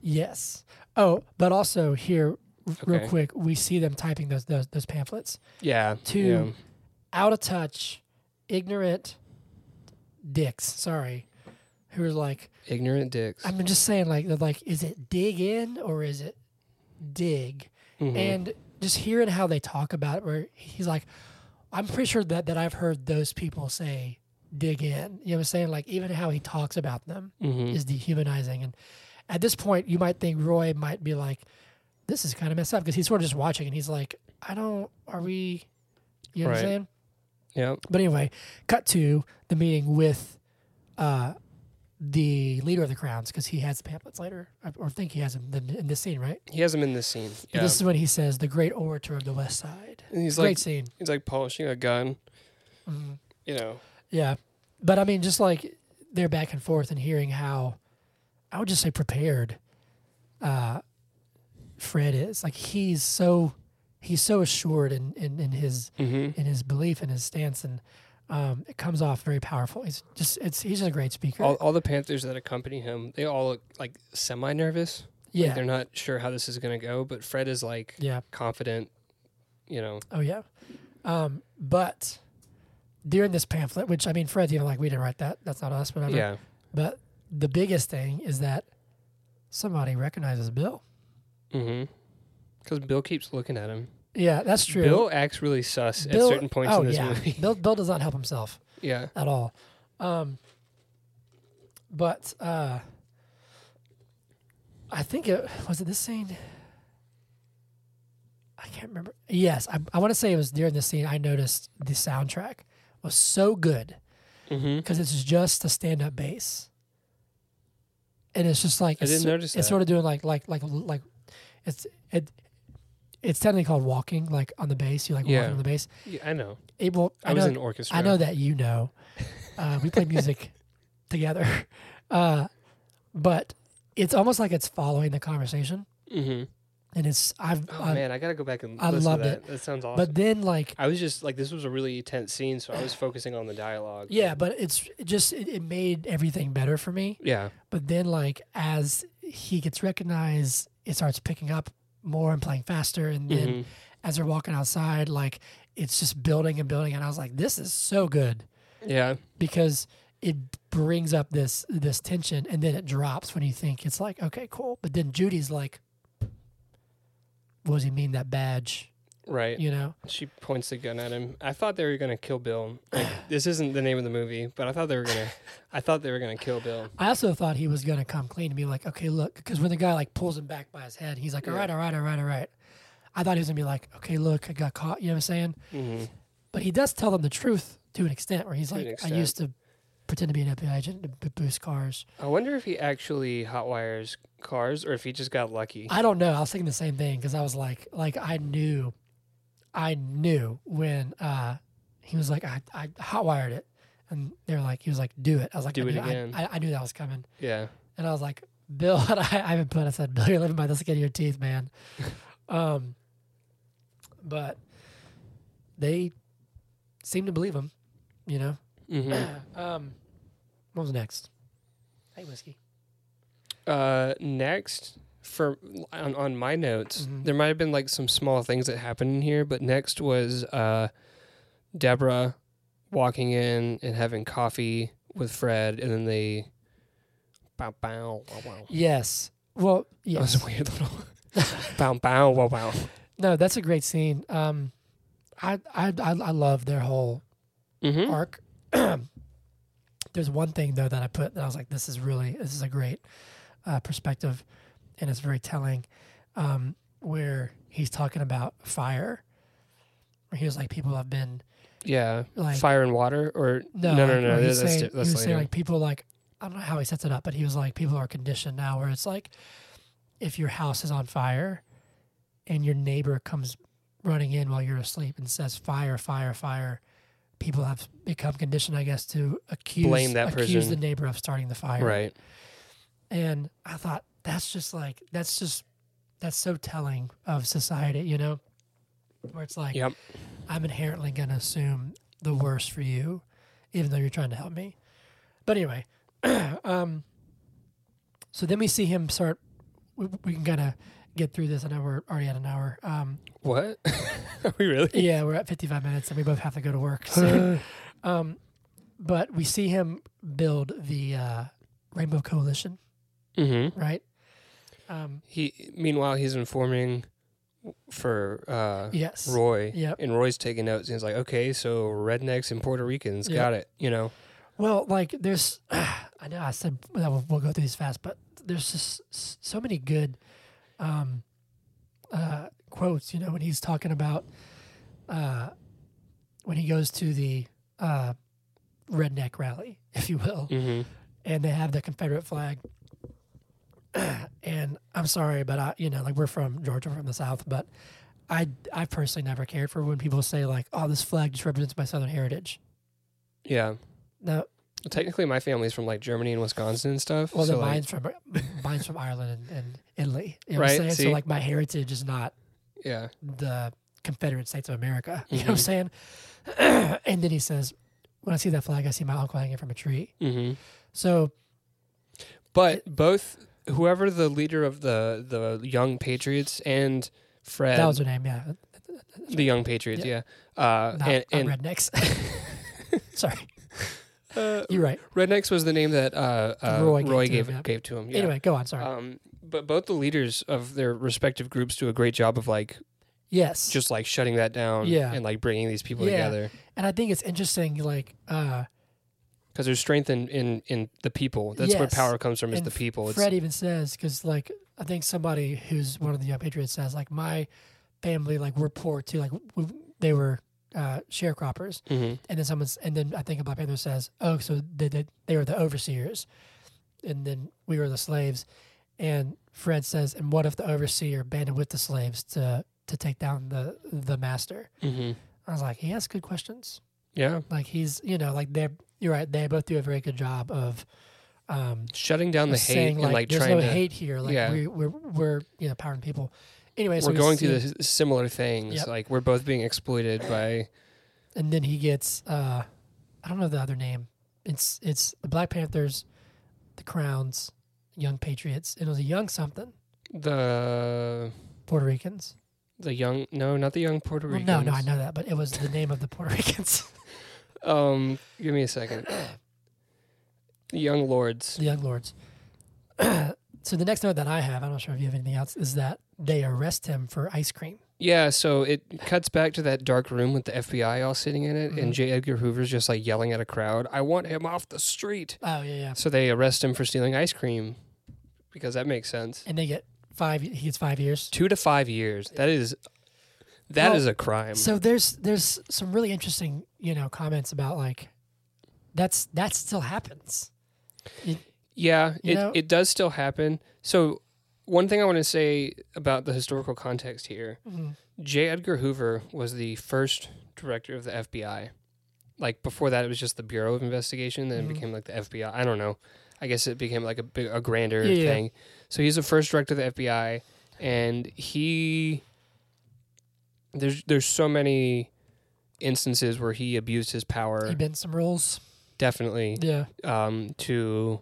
Speaker 2: yes oh but also here r-
Speaker 1: Okay.
Speaker 2: real quick we see them typing those those, those pamphlets
Speaker 1: Yeah.
Speaker 2: Two.
Speaker 1: Yeah.
Speaker 2: out of touch, ignorant dicks. Sorry, who are like,
Speaker 1: Ignorant dicks.
Speaker 2: I'm just saying, like, they're like, is it dig in or is it dig?
Speaker 1: Mhm.
Speaker 2: And just hearing how they talk about it, where he's like, I'm pretty sure that that I've heard those people say dig in. You know what I'm saying? Like, even how he talks about them
Speaker 1: Mhm.
Speaker 2: is dehumanizing. And at this point, you might think Roy might be like, this is kind of messed up because he's sort of just watching and he's like, I don't, are we, you know what I'm
Speaker 1: Right.
Speaker 2: saying?
Speaker 1: Yep.
Speaker 2: But anyway, cut to the meeting with uh, the leader of the crowns because he has the pamphlets later, I- or think he has them in- in this scene, right?
Speaker 1: He has him in this scene.
Speaker 2: But
Speaker 1: Yeah.
Speaker 2: this is when he says, "The great orator of the West Side."
Speaker 1: and he's
Speaker 2: Great
Speaker 1: like
Speaker 2: scene,
Speaker 1: he's like polishing a gun.
Speaker 2: Mhm.
Speaker 1: You know.
Speaker 2: yeah. But I mean, just like their back and forth and hearing how, I would just say prepared, uh, Fred is like he's so he's so assured in in, in his
Speaker 1: Mm-hmm.
Speaker 2: in his belief and his stance, and um, it comes off very powerful. He's just it's he's just a great speaker.
Speaker 1: All, all the Panthers that accompany him, they all look like semi nervous.
Speaker 2: yeah,
Speaker 1: Like they're not sure how this is going to go, but Fred is like
Speaker 2: yeah,
Speaker 1: confident, you know.
Speaker 2: oh yeah. Um, but during this pamphlet, which I mean, Fred's even like, we didn't write that. That's not us, whatever.
Speaker 1: Yeah.
Speaker 2: But the biggest thing is that somebody recognizes Bill.
Speaker 1: Mm-hmm. Because Bill keeps looking at him.
Speaker 2: Yeah, that's true.
Speaker 1: Bill acts really sus
Speaker 2: Bill-
Speaker 1: at certain points
Speaker 2: oh,
Speaker 1: in this
Speaker 2: yeah.
Speaker 1: movie. *laughs*
Speaker 2: Bill, Bill does not help himself
Speaker 1: yeah.
Speaker 2: at all. Um, but uh, I think it was it this scene. I can't remember. Yes, I, I want to say it was during this scene. I noticed the soundtrack was so good
Speaker 1: Mm-hmm.
Speaker 2: because it's just a stand-up bass, and it's just like
Speaker 1: I
Speaker 2: it's
Speaker 1: didn't
Speaker 2: so-
Speaker 1: notice
Speaker 2: It's
Speaker 1: that.
Speaker 2: sort of doing like like like like it's it. It's technically called walking, like on the bass. You like
Speaker 1: Yeah.
Speaker 2: walking on the bass.
Speaker 1: Yeah, I know.
Speaker 2: It will.
Speaker 1: I,
Speaker 2: I,
Speaker 1: was
Speaker 2: know,
Speaker 1: in orchestra.
Speaker 2: I know that you know. Uh, we play
Speaker 1: *laughs*
Speaker 2: music together, uh, but it's almost like it's following the conversation,
Speaker 1: Mm-hmm.
Speaker 2: and it's I've.
Speaker 1: Oh
Speaker 2: I-
Speaker 1: man, I gotta go back and
Speaker 2: I
Speaker 1: listen
Speaker 2: loved
Speaker 1: to
Speaker 2: it.
Speaker 1: that. That sounds awesome.
Speaker 2: But then like
Speaker 1: I was just like, this was a really tense scene, so I was focusing on the dialogue.
Speaker 2: yeah, but it's it just it, it made everything better for me.
Speaker 1: Yeah.
Speaker 2: But then like as he gets recognized, it starts picking up more and playing faster, and then
Speaker 1: Mhm.
Speaker 2: as they're walking outside, like it's just building and building, and I was like, this is so good.
Speaker 1: Yeah.
Speaker 2: because it brings up this this tension and then it drops when you think it's like okay cool but then judy's like what does he mean that badge
Speaker 1: Right.
Speaker 2: you know
Speaker 1: She points the gun at him. I thought they were gonna kill Bill. *sighs* Like, this isn't the name of the movie, but I thought they were gonna. I thought they were gonna kill Bill.
Speaker 2: i also thought he was gonna come clean and be like okay look because when the guy like pulls him back by his head he's like all
Speaker 1: Yeah.
Speaker 2: right all right all right all right i thought he was gonna be like okay look i got caught you know what i'm saying
Speaker 1: Mm-hmm.
Speaker 2: but he does tell them the truth to an extent where he's
Speaker 1: To an
Speaker 2: like i
Speaker 1: extent.
Speaker 2: used to pretend to be an fbi agent to b- boost cars
Speaker 1: I wonder if he actually hotwires cars or if he just got lucky.
Speaker 2: I don't know. I was thinking the same thing because I was like, like I knew, I knew when uh, he was like, I, I hotwired it, and they were like, he was like, do it. I was like,
Speaker 1: Do
Speaker 2: I
Speaker 1: it
Speaker 2: knew, I-
Speaker 1: again.
Speaker 2: I, I, knew that was coming,
Speaker 1: yeah.
Speaker 2: and I was like, Bill, *laughs* and I, I haven't put. I said, Bill, you're living by the skin of your teeth,
Speaker 1: *laughs*
Speaker 2: man. um, but they seem to believe him, you know.
Speaker 1: Mm-hmm.
Speaker 2: um, what was next? Hey, whiskey.
Speaker 1: Uh, next for on, on my notes,
Speaker 2: Mhm.
Speaker 1: there might have been like some small things that happened in here, but next was uh, Deborah walking in and having coffee with Fred, and then they bow bow wow wow.
Speaker 2: Yes. Well,
Speaker 1: That
Speaker 2: yes.
Speaker 1: was a weird little *laughs* bow bow wow wow.
Speaker 2: No, that's a great scene. Um, I I I, I love their whole
Speaker 1: Mm-hmm.
Speaker 2: arc. *clears throat* There's one thing though that I put that I was like, this is really this is a great uh, perspective, and it's very telling. Um, where he's talking about fire, where he was like, people have been
Speaker 1: Yeah,
Speaker 2: like
Speaker 1: fire and water, or
Speaker 2: no,
Speaker 1: no, no,
Speaker 2: like,
Speaker 1: no,
Speaker 2: where
Speaker 1: that's
Speaker 2: he's saying,
Speaker 1: di-
Speaker 2: he
Speaker 1: that's
Speaker 2: was saying
Speaker 1: later.
Speaker 2: like people like I don't know how he sets it up, but he was like people are conditioned now where it's like if your house is on fire and your neighbor comes running in while you're asleep and says fire, fire, fire, people have become conditioned, I guess, to accuse
Speaker 1: Blame that
Speaker 2: accuse
Speaker 1: person.
Speaker 2: the neighbor of starting the fire.
Speaker 1: right.
Speaker 2: And I thought that's just like that's just that's so telling of society, you know, where it's like
Speaker 1: Yep.
Speaker 2: I'm inherently going to assume the worst for you, even though you're trying to help me. But anyway, *clears throat* um, so then we see him start. We, we can kind of get through this. I know we're already at an hour. Um,
Speaker 1: What? *laughs* Are we *laughs* really?
Speaker 2: yeah, we're at 55 minutes, and we both have to go to work. So, um, but we see him build the uh, Rainbow Coalition,
Speaker 1: mm-hmm.
Speaker 2: right? Um,
Speaker 1: He. Meanwhile, he's informing for uh,
Speaker 2: yes.
Speaker 1: Roy.
Speaker 2: Yep.
Speaker 1: And Roy's taking notes. And he's like, okay, so rednecks and Puerto Ricans
Speaker 2: Yeah.
Speaker 1: got it. You know,
Speaker 2: Well, like there's, *sighs* I know I said that we'll, we'll go through these fast, but there's just s- so many good um, uh, quotes. You know, when he's talking about uh, when he goes to the uh, redneck rally, *laughs* if you will,
Speaker 1: mm-hmm.
Speaker 2: and they have the Confederate flag. *clears throat* and I'm sorry, but I, you know, like we're from Georgia, we're from the South, but I, I personally never cared for when people say like, "Oh, this flag just represents my Southern heritage."
Speaker 1: yeah.
Speaker 2: No,
Speaker 1: Well, technically, my family's from like Germany and Wisconsin and stuff.
Speaker 2: Well,
Speaker 1: so,
Speaker 2: then
Speaker 1: like,
Speaker 2: mine's from mine's from Ireland and, and Italy. You know what I'm
Speaker 1: Right,
Speaker 2: saying? So
Speaker 1: see?
Speaker 2: like my heritage is not
Speaker 1: yeah,
Speaker 2: the Confederate States of America. You know what I'm saying?
Speaker 1: Mm-hmm.
Speaker 2: *clears throat* and then he says, when I see that flag, I see my uncle hanging from a tree.
Speaker 1: Mm-hmm.
Speaker 2: So
Speaker 1: But both whoever the leader of the the young Patriots and Fred,
Speaker 2: that was her name. Yeah.
Speaker 1: the young Patriots, yeah, uh,
Speaker 2: Not,
Speaker 1: and, and
Speaker 2: not
Speaker 1: *laughs*
Speaker 2: rednecks. *laughs* Sorry.
Speaker 1: uh,
Speaker 2: You're right.
Speaker 1: Rednecks was the name that uh, uh, Roy,
Speaker 2: Roy gave to
Speaker 1: gave
Speaker 2: him, yeah.
Speaker 1: gave to him. Yeah.
Speaker 2: Anyway, go on. Sorry.
Speaker 1: Um, but both the leaders of their respective groups do a great job of like
Speaker 2: yes.
Speaker 1: just like shutting that down
Speaker 2: Yeah.
Speaker 1: and like bringing these people
Speaker 2: Yeah.
Speaker 1: together
Speaker 2: and I think it's interesting, like, uh,
Speaker 1: because there's strength in, in in the people. That's where
Speaker 2: Yes.
Speaker 1: power comes from is
Speaker 2: And
Speaker 1: the people. It's,
Speaker 2: Fred even says, because like I think somebody who's one of the young patriots says, like my family, like we're poor too, like we, they were uh, sharecroppers,
Speaker 1: Mhm.
Speaker 2: and then someone's, and then I think a Black Panther says, oh, so they they, they were the overseers, and then we were the slaves, and Fred says, and what if the overseer banded with the slaves to to take down the the master?
Speaker 1: Mhm.
Speaker 2: I was like, he asks good questions.
Speaker 1: yeah,
Speaker 2: Like he's, you know, like they're. You're right. They both do a very good job of um,
Speaker 1: shutting down the hate
Speaker 2: saying
Speaker 1: and
Speaker 2: like,
Speaker 1: like
Speaker 2: "There's
Speaker 1: trying
Speaker 2: no
Speaker 1: to.
Speaker 2: hate here. Like
Speaker 1: Yeah.
Speaker 2: we, we're we're you know powering people." Anyway, so
Speaker 1: we're
Speaker 2: we
Speaker 1: going
Speaker 2: see-
Speaker 1: through the s- similar things.
Speaker 2: Yep.
Speaker 1: Like we're both being exploited by.
Speaker 2: and then he gets uh, I don't know the other name. It's it's the Black Panthers, the Crowns, Young Patriots, and it was a young something
Speaker 1: The
Speaker 2: Puerto Ricans.
Speaker 1: the young no not the young Puerto
Speaker 2: Well,
Speaker 1: Ricans.
Speaker 2: no, no, I know that, but it was the name of the Puerto *laughs* Ricans,
Speaker 1: Um, give me a second. The young lords.
Speaker 2: the Young Lords. *clears throat* so the next note that I have, I'm not sure if you have anything else, is that they arrest him for ice cream.
Speaker 1: Yeah, so it cuts back to that dark room with the FBI all sitting in it, and J. Edgar Hoover's just like yelling at a crowd, "I want him off the street!"
Speaker 2: Oh yeah, yeah.
Speaker 1: So they arrest him for stealing ice cream, because that makes sense.
Speaker 2: and they get five. He gets five years.
Speaker 1: Two to five years. That is, that is
Speaker 2: Well,
Speaker 1: a crime.
Speaker 2: So there's there's some really interesting you know comments about like that's that still happens. It-
Speaker 1: Yeah,
Speaker 2: You
Speaker 1: it,
Speaker 2: know-
Speaker 1: it does still happen. So, one thing I want to say about the historical context here
Speaker 2: Mhm.
Speaker 1: J. Edgar Hoover was the first director of the FBI. Like, before that, it was just the Bureau of Investigation, then it
Speaker 2: Mhm.
Speaker 1: became like the FBI. I don't know. I guess it became like a, big, a grander
Speaker 2: Yeah, yeah.
Speaker 1: thing. So, he's the first director of the FBI, and he. There's, there's so many instances where he abused his power,
Speaker 2: He bends some rules.
Speaker 1: definitely
Speaker 2: Yeah,
Speaker 1: um, to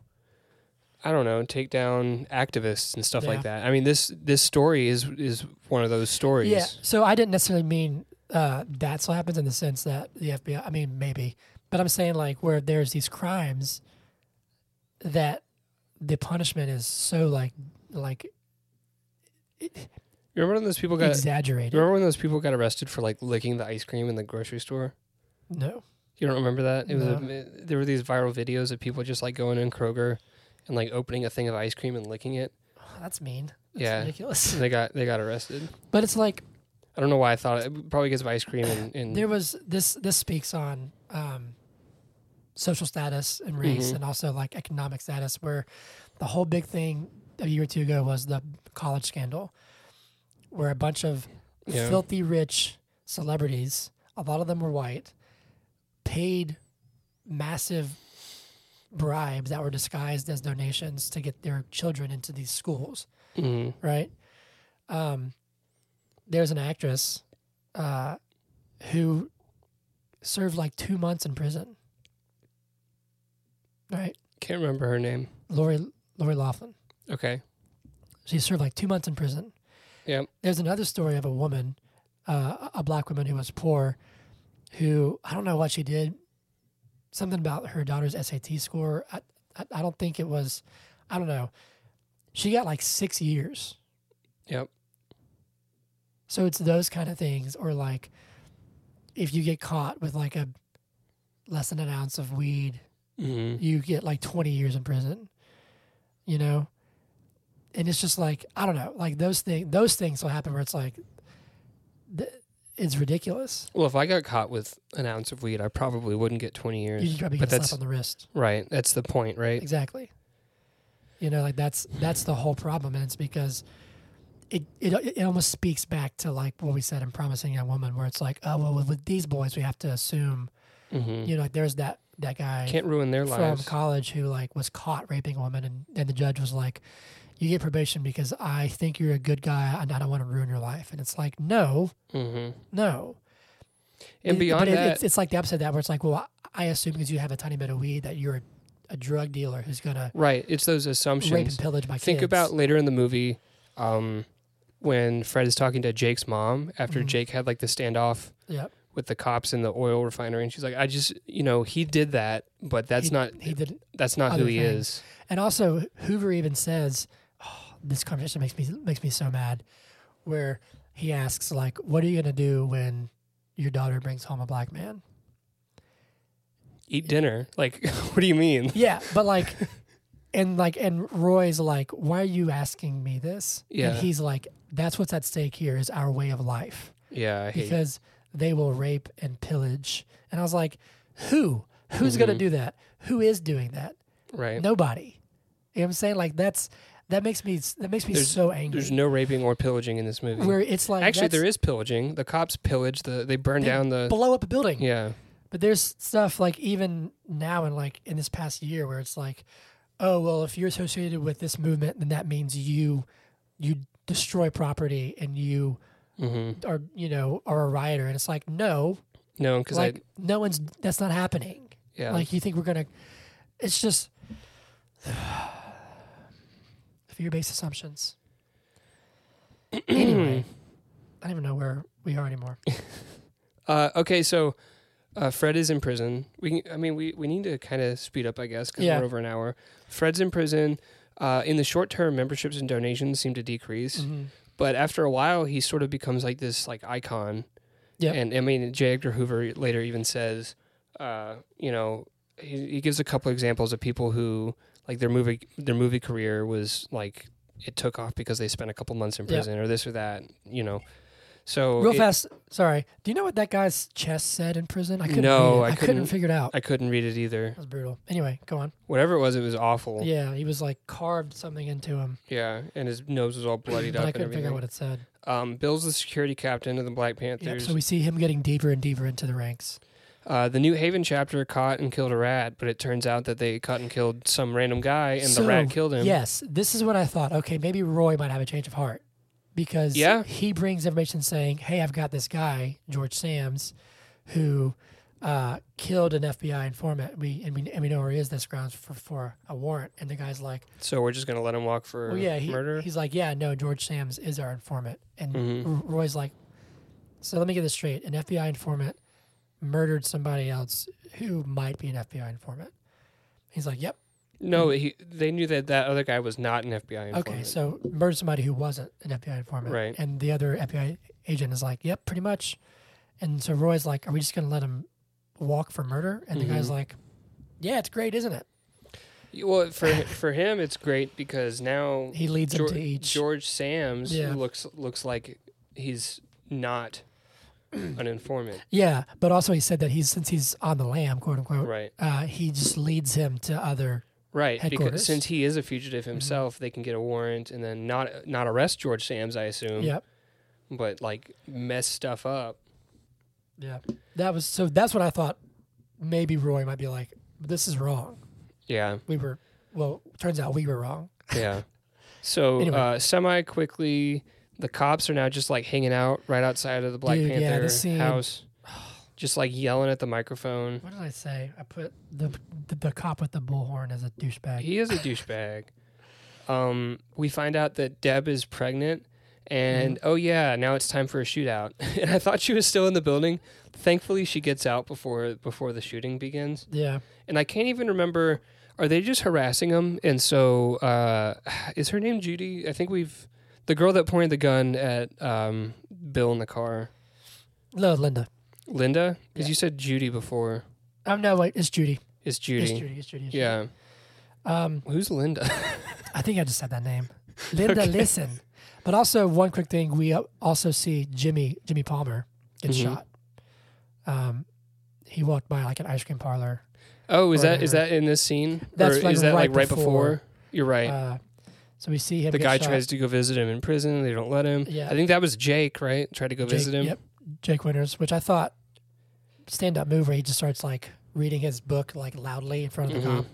Speaker 1: I don't know, take down activists and stuff like
Speaker 2: Yeah.
Speaker 1: that. I mean this this story is is one of those stories.
Speaker 2: yeah. So I didn't necessarily mean uh, that still happens in the sense that the FBI. I mean maybe, but I'm saying like where there's these crimes that the punishment is so like like
Speaker 1: You remember when those people got
Speaker 2: exaggerated.
Speaker 1: remember when those people got arrested for like licking the ice cream in the grocery store?
Speaker 2: No.
Speaker 1: You don't remember that? It was
Speaker 2: No.
Speaker 1: a, there were these viral videos of people just like going in Kroger and like opening a thing of ice cream and licking it.
Speaker 2: That's mean. That's
Speaker 1: Yeah.
Speaker 2: ridiculous. *laughs*
Speaker 1: They got they got arrested.
Speaker 2: But it's like
Speaker 1: I don't know why I thought it probably because of ice cream and, and
Speaker 2: there was this this speaks on um, social status and race
Speaker 1: Mhm.
Speaker 2: and also like economic status where the whole big thing a year or two ago was the college scandal where a bunch of
Speaker 1: Yeah.
Speaker 2: filthy rich celebrities a lot of them were white paid massive bribes that were disguised as donations to get their children into these schools
Speaker 1: Mhm.
Speaker 2: right? Um, there's an actress uh, who served like two months in prison, right?
Speaker 1: can't remember her name.
Speaker 2: Lori Lori Laughlin.
Speaker 1: Okay.
Speaker 2: She served like two months in prison.
Speaker 1: Yeah.
Speaker 2: There's another story of a woman, uh, a black woman who was poor, who I don't know what she did. Something about her daughter's SAT score. I, I, I don't think it was. I don't know. She got like six years.
Speaker 1: Yep.
Speaker 2: So it's those kind of things, or like if you get caught with like a less than an ounce of weed,
Speaker 1: Mhm.
Speaker 2: you get like 20 years in prison, you know? And it's just like, I don't know, like those things, those things will happen where it's like, th- it's ridiculous.
Speaker 1: Well, if I got caught with an ounce of weed, I probably wouldn't get 20 years.
Speaker 2: You probably
Speaker 1: But
Speaker 2: get a
Speaker 1: that's-
Speaker 2: slap on the wrist.
Speaker 1: Right. That's the point, right?
Speaker 2: Exactly. You know, like that's, that's the whole problem. And it's because it, it, it almost speaks back to like what we said in Promising Young Woman, where it's like, oh, well, with, with these boys, we have to assume
Speaker 1: Mm-hmm.
Speaker 2: you know, like there's that that guy
Speaker 1: Can't ruin their
Speaker 2: from
Speaker 1: lives.
Speaker 2: college who like was caught raping a woman, and, and the judge was like, you get probation because I think you're a good guy and I don't want to ruin your life. And it's like, no,
Speaker 1: Mm-hmm.
Speaker 2: no.
Speaker 1: And
Speaker 2: It-
Speaker 1: beyond
Speaker 2: but it-
Speaker 1: that,
Speaker 2: it's, it's like the opposite of that, where it's like, well, I assume because you have a tiny bit of weed that you're a, a drug dealer who's gonna
Speaker 1: right? It's those
Speaker 2: rape
Speaker 1: assumptions.
Speaker 2: and pillage my
Speaker 1: Think
Speaker 2: kids.
Speaker 1: about later in the movie um, when Fred is talking to Jake's mom after
Speaker 2: Mhm.
Speaker 1: Jake had like the standoff
Speaker 2: Yep.
Speaker 1: with the cops in the oil refinery, and she's like, "I just, you know, he did that, but that's
Speaker 2: He-
Speaker 1: not
Speaker 2: he did,
Speaker 1: that's not who
Speaker 2: other
Speaker 1: he
Speaker 2: things.
Speaker 1: is."
Speaker 2: and also Hoover even says, oh, this conversation makes me makes me so mad, where he asks like, what are you gonna do when your daughter brings home a black man?
Speaker 1: Eat dinner. *laughs* Like, what do you mean?
Speaker 2: Yeah, *laughs* but like, and like, and Roy's like, why are you asking me this?
Speaker 1: Yeah.
Speaker 2: And he's like, that's what's at stake here is our way of life
Speaker 1: Yeah, I hate.
Speaker 2: because they will rape and pillage. And I was like, who? Who's going to
Speaker 1: Mhm.
Speaker 2: do that? Who is doing that?
Speaker 1: Right.
Speaker 2: Nobody. You know what I'm saying? Like that's that makes me that makes me
Speaker 1: There's-
Speaker 2: so angry.
Speaker 1: There's no raping or pillaging in this movie.
Speaker 2: Where it's like
Speaker 1: Actually, there
Speaker 2: that's-
Speaker 1: is pillaging. The cops pillage. The they burn
Speaker 2: They
Speaker 1: down the.
Speaker 2: blow up a building.
Speaker 1: yeah.
Speaker 2: But there's stuff like even now and like in this past year where it's like, oh well, if you're associated with this movement, then that means you you destroy property and you
Speaker 1: hmm
Speaker 2: are you know are a rioter. And it's like no,
Speaker 1: No, because
Speaker 2: like no one's that's not happening.
Speaker 1: I yeah
Speaker 2: Like you think we're gonna? It's just *sighs* fear-based assumptions. *clears throat* anyway, I don't even know where we
Speaker 1: *laughs*
Speaker 2: are anymore.
Speaker 1: Uh, okay, so uh, Fred is in prison. We, can- I mean, we, we need to kind of speed up, I guess, because
Speaker 2: Yeah.
Speaker 1: we're over an hour. Fred's in prison. Uh, in the short term, memberships and donations seem to
Speaker 2: Mm-hmm.
Speaker 1: decrease, but after a while, he sort of becomes like this like icon.
Speaker 2: Yep.
Speaker 1: And I mean, J. Edgar Hoover later even says, uh, you know, he, he gives a couple examples of people who like their movie their movie career was like it took off because they spent a couple months in
Speaker 2: Yep.
Speaker 1: prison or this or that, you know. So
Speaker 2: Real
Speaker 1: it-
Speaker 2: fast, sorry. Do you know what that guy's chest said in prison? I couldn't.
Speaker 1: No,
Speaker 2: read
Speaker 1: I
Speaker 2: it. I, couldn't,
Speaker 1: couldn't-
Speaker 2: figure it out.
Speaker 1: I couldn't read it either.
Speaker 2: That was brutal. Anyway, go on.
Speaker 1: whatever it was, it was awful. Yeah,
Speaker 2: Yeah, he was like carved something into him,
Speaker 1: and his nose was all bloodied
Speaker 2: but
Speaker 1: up
Speaker 2: I
Speaker 1: and
Speaker 2: couldn't figure
Speaker 1: everything.
Speaker 2: out what it said.
Speaker 1: um, Bill's the security captain of the Black
Speaker 2: Yep,
Speaker 1: Panthers.
Speaker 2: so we see him getting deeper and deeper into the ranks.
Speaker 1: uh, the New Haven chapter caught and killed a rat, but it turns out that they caught and killed some random guy, and the rat
Speaker 2: So,
Speaker 1: killed him.
Speaker 2: Yes, this is what I thought. Okay, maybe Roy might have a change of heart because
Speaker 1: Yeah.
Speaker 2: he brings information saying, "Hey, I've got this guy, George Sam's, who uh, killed an FBI informant. We and we and we know where he is. That's grounds for for a warrant." And the guy's like,
Speaker 1: So we're just gonna let him walk for
Speaker 2: well, yeah, he,
Speaker 1: murder.
Speaker 2: He's like, yeah, no, George Sam's is our informant, and
Speaker 1: Mhm.
Speaker 2: R- Roy's like, so let me get this straight: an FBI informant murdered somebody else who might be an FBI informant. He's like, yep,
Speaker 1: no, he, they knew that that other guy was not an FBI informant.
Speaker 2: okay, so murdered somebody who wasn't an FBI informant,
Speaker 1: Right.
Speaker 2: And the other FBI agent is like, yep, pretty much. And so Roy's like, are we just gonna let him walk for murder? And the
Speaker 1: Mm-hmm.
Speaker 2: guy's like, yeah, it's great, isn't it?
Speaker 1: well, for for him, it's great because now
Speaker 2: He leads
Speaker 1: Geor-
Speaker 2: him to each.
Speaker 1: George Sam's
Speaker 2: Yeah.
Speaker 1: looks looks like he's
Speaker 2: *clears throat*
Speaker 1: not an informant,
Speaker 2: Yeah, but also he said that he's since he's on the lam, quote unquote.
Speaker 1: right?
Speaker 2: uh, he just leads him to other.
Speaker 1: Right, because
Speaker 2: headquarters. Mm-hmm.
Speaker 1: since he is a fugitive himself, they can get a warrant and then not not arrest George Sam's, I assume,
Speaker 2: Yep.
Speaker 1: but like mess stuff up.
Speaker 2: Yeah. That was so. That's what I thought. Maybe Roy might be like, "This is wrong.
Speaker 1: Yeah,
Speaker 2: We were well. Turns out we were wrong."
Speaker 1: yeah. So
Speaker 2: Anyway.
Speaker 1: uh, semi quickly, the cops are now just like hanging out right outside of the Black
Speaker 2: Dude, yeah,
Speaker 1: Panther
Speaker 2: this scene-
Speaker 1: house, just like yelling at the microphone.
Speaker 2: What did I say? I put the the, the cop with the bullhorn as a douchebag.
Speaker 1: He
Speaker 2: *sighs*
Speaker 1: is a douchebag. Um, we find out that Deb is pregnant, and
Speaker 2: Mm-hmm.
Speaker 1: oh yeah, now it's time for a shootout. *laughs* and I thought she was still in the building. Thankfully, she gets out before before the shooting begins.
Speaker 2: yeah.
Speaker 1: and I can't even remember. Are they just harassing him? And so, uh, *sighs* is her name Judy? I think we've the girl that pointed the gun at um, Bill in the car,
Speaker 2: No, Linda.
Speaker 1: Linda. Because
Speaker 2: Yeah.
Speaker 1: you said Judy before.
Speaker 2: Oh no, wait. It's Judy.
Speaker 1: It's Judy.
Speaker 2: It's Judy. It's Judy. It's
Speaker 1: Yeah.
Speaker 2: Judy. Um,
Speaker 1: Who's Linda? *laughs*
Speaker 2: I think I just said that name. Linda,
Speaker 1: Okay.
Speaker 2: listen. But also one quick thing: we uh, also see Jimmy Jimmy Palmer get
Speaker 1: Mhm.
Speaker 2: shot. Um, he walked by like an ice cream parlor.
Speaker 1: oh, is that is
Speaker 2: Or-
Speaker 1: that in this scene?
Speaker 2: That's,
Speaker 1: or
Speaker 2: like,
Speaker 1: is that
Speaker 2: right
Speaker 1: like right before?
Speaker 2: before.
Speaker 1: You're right.
Speaker 2: Uh, so we see him.
Speaker 1: the
Speaker 2: get
Speaker 1: guy
Speaker 2: shot.
Speaker 1: tries to go visit him in prison. They don't let him.
Speaker 2: Yeah.
Speaker 1: I think that was Jake, right? Tried to go visit
Speaker 2: Jake,
Speaker 1: him.
Speaker 2: Yep, Jake Winters, which I thought stand up move where he just starts like
Speaker 1: Mm-hmm.
Speaker 2: reading his book like loudly in front of the *clears throat*
Speaker 1: Mhm.
Speaker 2: cop.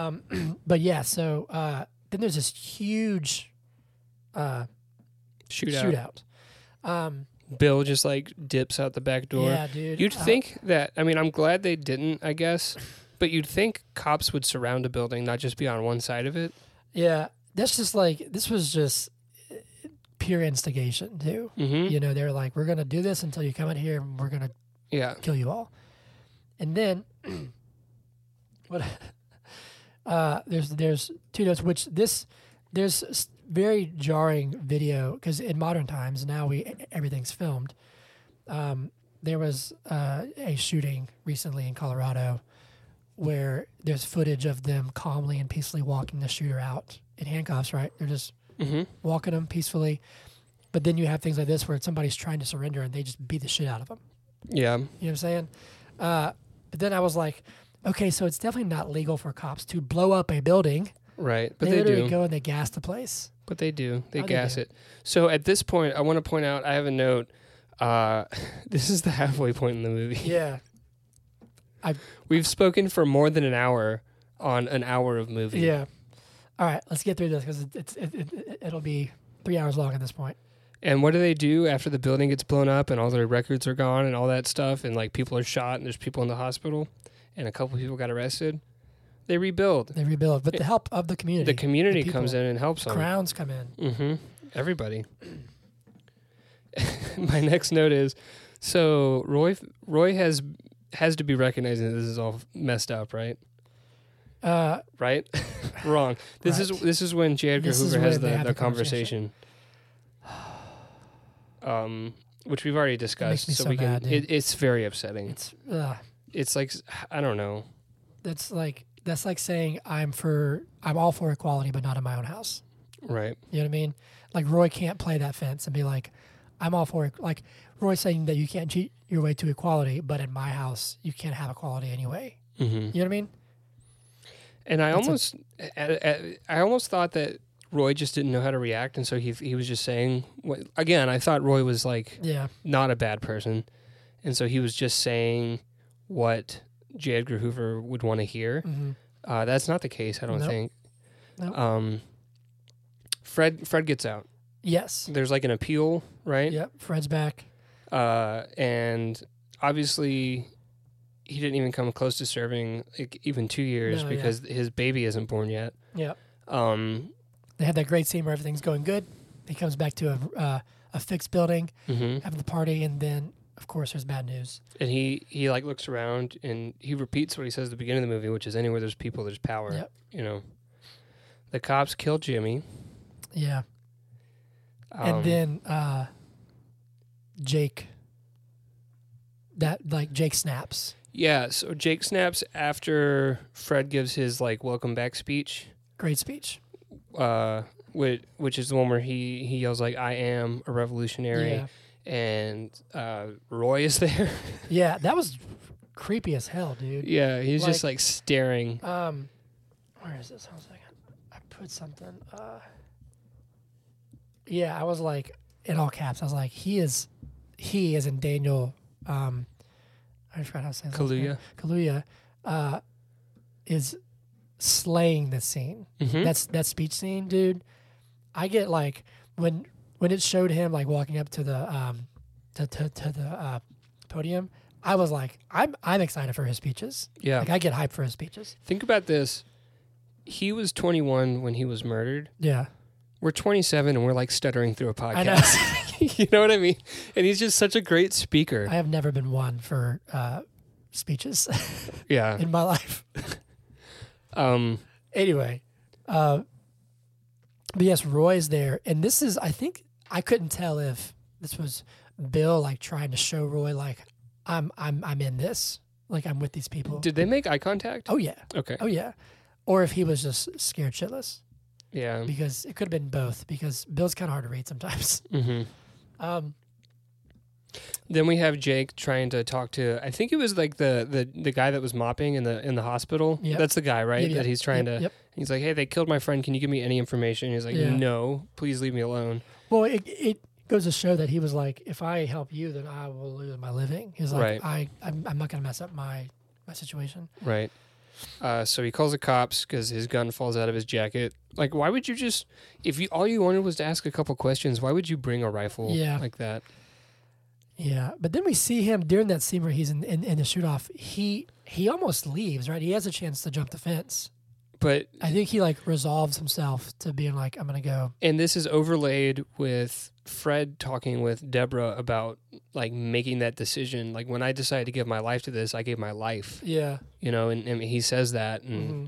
Speaker 2: Um, but yeah, so uh, Then there's this huge uh,
Speaker 1: Shootout.
Speaker 2: shootout. Um,
Speaker 1: Bill just like dips out the back door.
Speaker 2: yeah, dude.
Speaker 1: You'd
Speaker 2: uh,
Speaker 1: think that. I mean, I'm glad they didn't. I guess, but you'd think cops would surround a building, not just be on one side of it.
Speaker 2: Yeah, that's just like this was just uh, pure instigation too.
Speaker 1: Mm-hmm.
Speaker 2: You know, they're like, we're gonna do this until you come in here, and we're gonna
Speaker 1: Yeah.
Speaker 2: kill you all. And then *clears throat* what? *laughs* Uh, there's there's two notes which this there's s- very jarring video because in modern times now we e- everything's filmed. Um, there was uh, a shooting recently in Colorado where there's footage of them calmly and peacefully walking the shooter out in handcuffs. Right, they're just
Speaker 1: Mm-hmm.
Speaker 2: walking them peacefully. But then you have things like this where somebody's trying to surrender and they just beat the shit out of them.
Speaker 1: Yeah.
Speaker 2: You know what I'm saying? Uh, but then I was like, okay, so it's definitely not legal for cops to blow up a building.
Speaker 1: Right. But
Speaker 2: they,
Speaker 1: they,
Speaker 2: literally
Speaker 1: do.
Speaker 2: go and they gas the place.
Speaker 1: But they do. They
Speaker 2: Oh, they
Speaker 1: gas
Speaker 2: do.
Speaker 1: it. So at this point, I want to point out. I have a note. Uh, *laughs* this is the halfway point in the movie.
Speaker 2: Yeah.
Speaker 1: We've spoken for more than an hour on an hour of movie.
Speaker 2: Yeah. All right, let's get through this because it's it, it, it, it'll be three hours long at this point.
Speaker 1: And what do they do after the building gets blown up and all their records are gone and all that stuff and like people are shot and there's people in the hospital and a couple people got arrested? They rebuild.
Speaker 2: They rebuild with the help of the community.
Speaker 1: The community
Speaker 2: the
Speaker 1: comes in
Speaker 2: people.
Speaker 1: and helps them.
Speaker 2: Crowns come in.
Speaker 1: Mm-hmm. Everybody. *laughs* My next note is so Roy Roy has has to be recognizing that this is all messed up, right?
Speaker 2: Uh,
Speaker 1: Right? *laughs* Wrong. This is
Speaker 2: Right.
Speaker 1: this is when J. Edgar
Speaker 2: This is
Speaker 1: Hoover has
Speaker 2: when they
Speaker 1: the,
Speaker 2: have
Speaker 1: the
Speaker 2: the conversation.
Speaker 1: conversation. *sighs* Um which we've already discussed.
Speaker 2: me
Speaker 1: so,
Speaker 2: so
Speaker 1: we can
Speaker 2: mad, dude.
Speaker 1: it, it's very upsetting.
Speaker 2: it's uh,
Speaker 1: It's like I don't know.
Speaker 2: that's like that's like saying I'm for I'm all for equality, but not in my own house.
Speaker 1: Right.
Speaker 2: You know what I mean? Like Roy can't play that fence and be like, "I'm all for it." Like Roy saying that you can't cheat your way to equality, but in my house you can't have equality anyway.
Speaker 1: Mm-hmm.
Speaker 2: You know what I mean?
Speaker 1: And I
Speaker 2: That's a-
Speaker 1: almost, a- a- I almost thought that Roy just didn't know how to react, and so he he was just saying. What, again, I thought Roy was like
Speaker 2: Yeah,
Speaker 1: not a bad person, and so he was just saying what J. Edgar Hoover would want to hear.
Speaker 2: hmm
Speaker 1: Uh, that's not the case, I don't
Speaker 2: Nope.
Speaker 1: think.
Speaker 2: Nope.
Speaker 1: Um, Fred Fred gets out.
Speaker 2: yes,
Speaker 1: There's like an appeal, right?
Speaker 2: yep. Fred's back.
Speaker 1: Uh, and obviously, he didn't even come close to serving like, even two years
Speaker 2: No, yeah.
Speaker 1: because his baby isn't born yet.
Speaker 2: Yep.
Speaker 1: Um,
Speaker 2: They have that great scene where everything's going good. He comes back to a uh, a fixed building,
Speaker 1: hmm
Speaker 2: having the party, and then of course there's bad news.
Speaker 1: And he he like looks around and he repeats what he says at the beginning of the movie, which is anywhere there's people, there's power.
Speaker 2: Yep.
Speaker 1: You know, the cops kill Jimmy,
Speaker 2: Yeah,
Speaker 1: um,
Speaker 2: and then uh, Jake. That like Jake snaps.
Speaker 1: yeah. So Jake snaps after Fred gives his like welcome back speech,
Speaker 2: Great speech.
Speaker 1: uh, which which is the one where he he yells like I am a revolutionary,
Speaker 2: Yeah.
Speaker 1: and uh, Roy is *laughs* there.
Speaker 2: Yeah, that was creepy as hell, dude.
Speaker 1: yeah, he's just
Speaker 2: Like-
Speaker 1: like staring.
Speaker 2: Um, where is this? Hold on a second. I put something. Uh, yeah, I was like, in all caps, I was like, he is, he is in Daniel. Um, I forgot how to say his last name. Kaluuya, uh, is slaying the scene.
Speaker 1: Mhm.
Speaker 2: That's that speech scene, dude. I get like when when it showed him like walking up to the um to to, to the uh, podium. I was like, I'm I'm excited for his speeches.
Speaker 1: yeah.
Speaker 2: Like I get hyped for his speeches.
Speaker 1: Think about this. He was 21 when he was murdered.
Speaker 2: Yeah,
Speaker 1: we're 27 and we're like stuttering through a
Speaker 2: I know.
Speaker 1: podcast. *laughs* you know what I mean? And he's just such a great speaker.
Speaker 2: *laughs* I have never been one for uh, speeches *laughs*
Speaker 1: yeah.
Speaker 2: in my life.
Speaker 1: Um.
Speaker 2: anyway, uh, but yes, Roy's there, and this is I think I couldn't tell if this was Bill like trying to show Roy like I'm I'm I'm in this, like I'm with these people.
Speaker 1: Did they make eye contact?
Speaker 2: oh yeah,
Speaker 1: Okay.
Speaker 2: oh yeah, or if he was just scared shitless
Speaker 1: Yeah.
Speaker 2: because it could have been both because Bill's kind of hard to read sometimes. *laughs*
Speaker 1: hmm
Speaker 2: Um,
Speaker 1: Then we have Jake trying to talk to. I think it was like the the, the guy that was mopping in the in the hospital.
Speaker 2: Yep.
Speaker 1: That's the guy, right?
Speaker 2: yeah,
Speaker 1: That
Speaker 2: yeah,
Speaker 1: he's trying
Speaker 2: yep,
Speaker 1: to.
Speaker 2: Yep.
Speaker 1: He's like, hey, they killed my friend. Can you give me any information? he's like,
Speaker 2: Yeah.
Speaker 1: no, please leave me alone.
Speaker 2: Well, it it goes to show that he was like, if I help you, then I will lose my living. He's like,
Speaker 1: Right.
Speaker 2: I I'm, I'm not gonna mess up my my situation.
Speaker 1: Right. Uh, so he calls the cops because his gun falls out of his jacket. Like, why would you just? If you all you wanted was to ask a couple questions, why would you bring a rifle
Speaker 2: Yeah.
Speaker 1: like that?
Speaker 2: Yeah, but then we see him during that scene where he's in, in, in the shoot off. He he almost leaves, right? He has a chance to jump the fence.
Speaker 1: But
Speaker 2: I think he like resolves himself to being like, I'm gonna go.
Speaker 1: and this is overlaid with Fred talking with Deborah about like making that decision. Like when I decided to give my life to this, I gave my life.
Speaker 2: Yeah.
Speaker 1: You know, and, and he says that, and
Speaker 2: hmm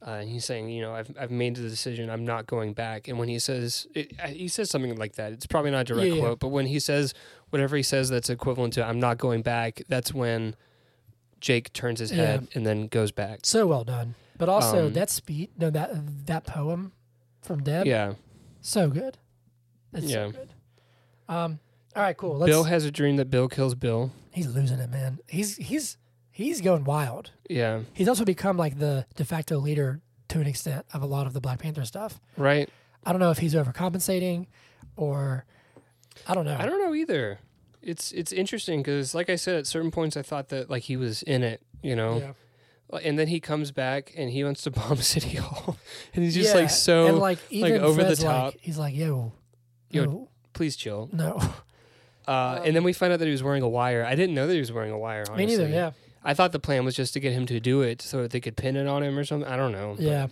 Speaker 1: uh, he's saying, you know, I've I've made the decision. I'm not going back. And when he says it, I- he says something like that, it's probably not a direct
Speaker 2: Yeah, yeah.
Speaker 1: quote, but when he says whatever he says that's equivalent to "I'm not going back," that's when Jake turns his
Speaker 2: Yeah.
Speaker 1: head and then goes back.
Speaker 2: So well done. But also
Speaker 1: Um,
Speaker 2: that speech, no, that that poem from Deb,
Speaker 1: Yeah,
Speaker 2: so good. It's
Speaker 1: Yeah.
Speaker 2: so good. Um. All right. Cool. Let's,
Speaker 1: Bill has a dream that Bill kills Bill.
Speaker 2: he's losing it, man. He's he's he's going wild.
Speaker 1: Yeah,
Speaker 2: He's also become like the de facto leader to an extent of a lot of the Black Panther stuff.
Speaker 1: right.
Speaker 2: I don't know if he's overcompensating or I don't know.
Speaker 1: I don't know either. It's it's interesting because, like I said, at certain points I thought that like he was in it, you know,
Speaker 2: Yeah.
Speaker 1: and then he comes back and he wants to *laughs* bomb City Hall, and he's just
Speaker 2: Yeah,
Speaker 1: like so.
Speaker 2: and like even
Speaker 1: over the
Speaker 2: Fred's
Speaker 1: top.
Speaker 2: Like, he's like, yo,
Speaker 1: Yo,
Speaker 2: no,
Speaker 1: Please chill.
Speaker 2: no, *laughs*
Speaker 1: Uh,
Speaker 2: Um,
Speaker 1: and then we find out that he was wearing a wire. I didn't know that he was wearing a wire. Honestly.
Speaker 2: me neither. Yeah,
Speaker 1: I thought the plan was just to get him to do it so that they could pin it on him or something. I don't know. but-
Speaker 2: yeah.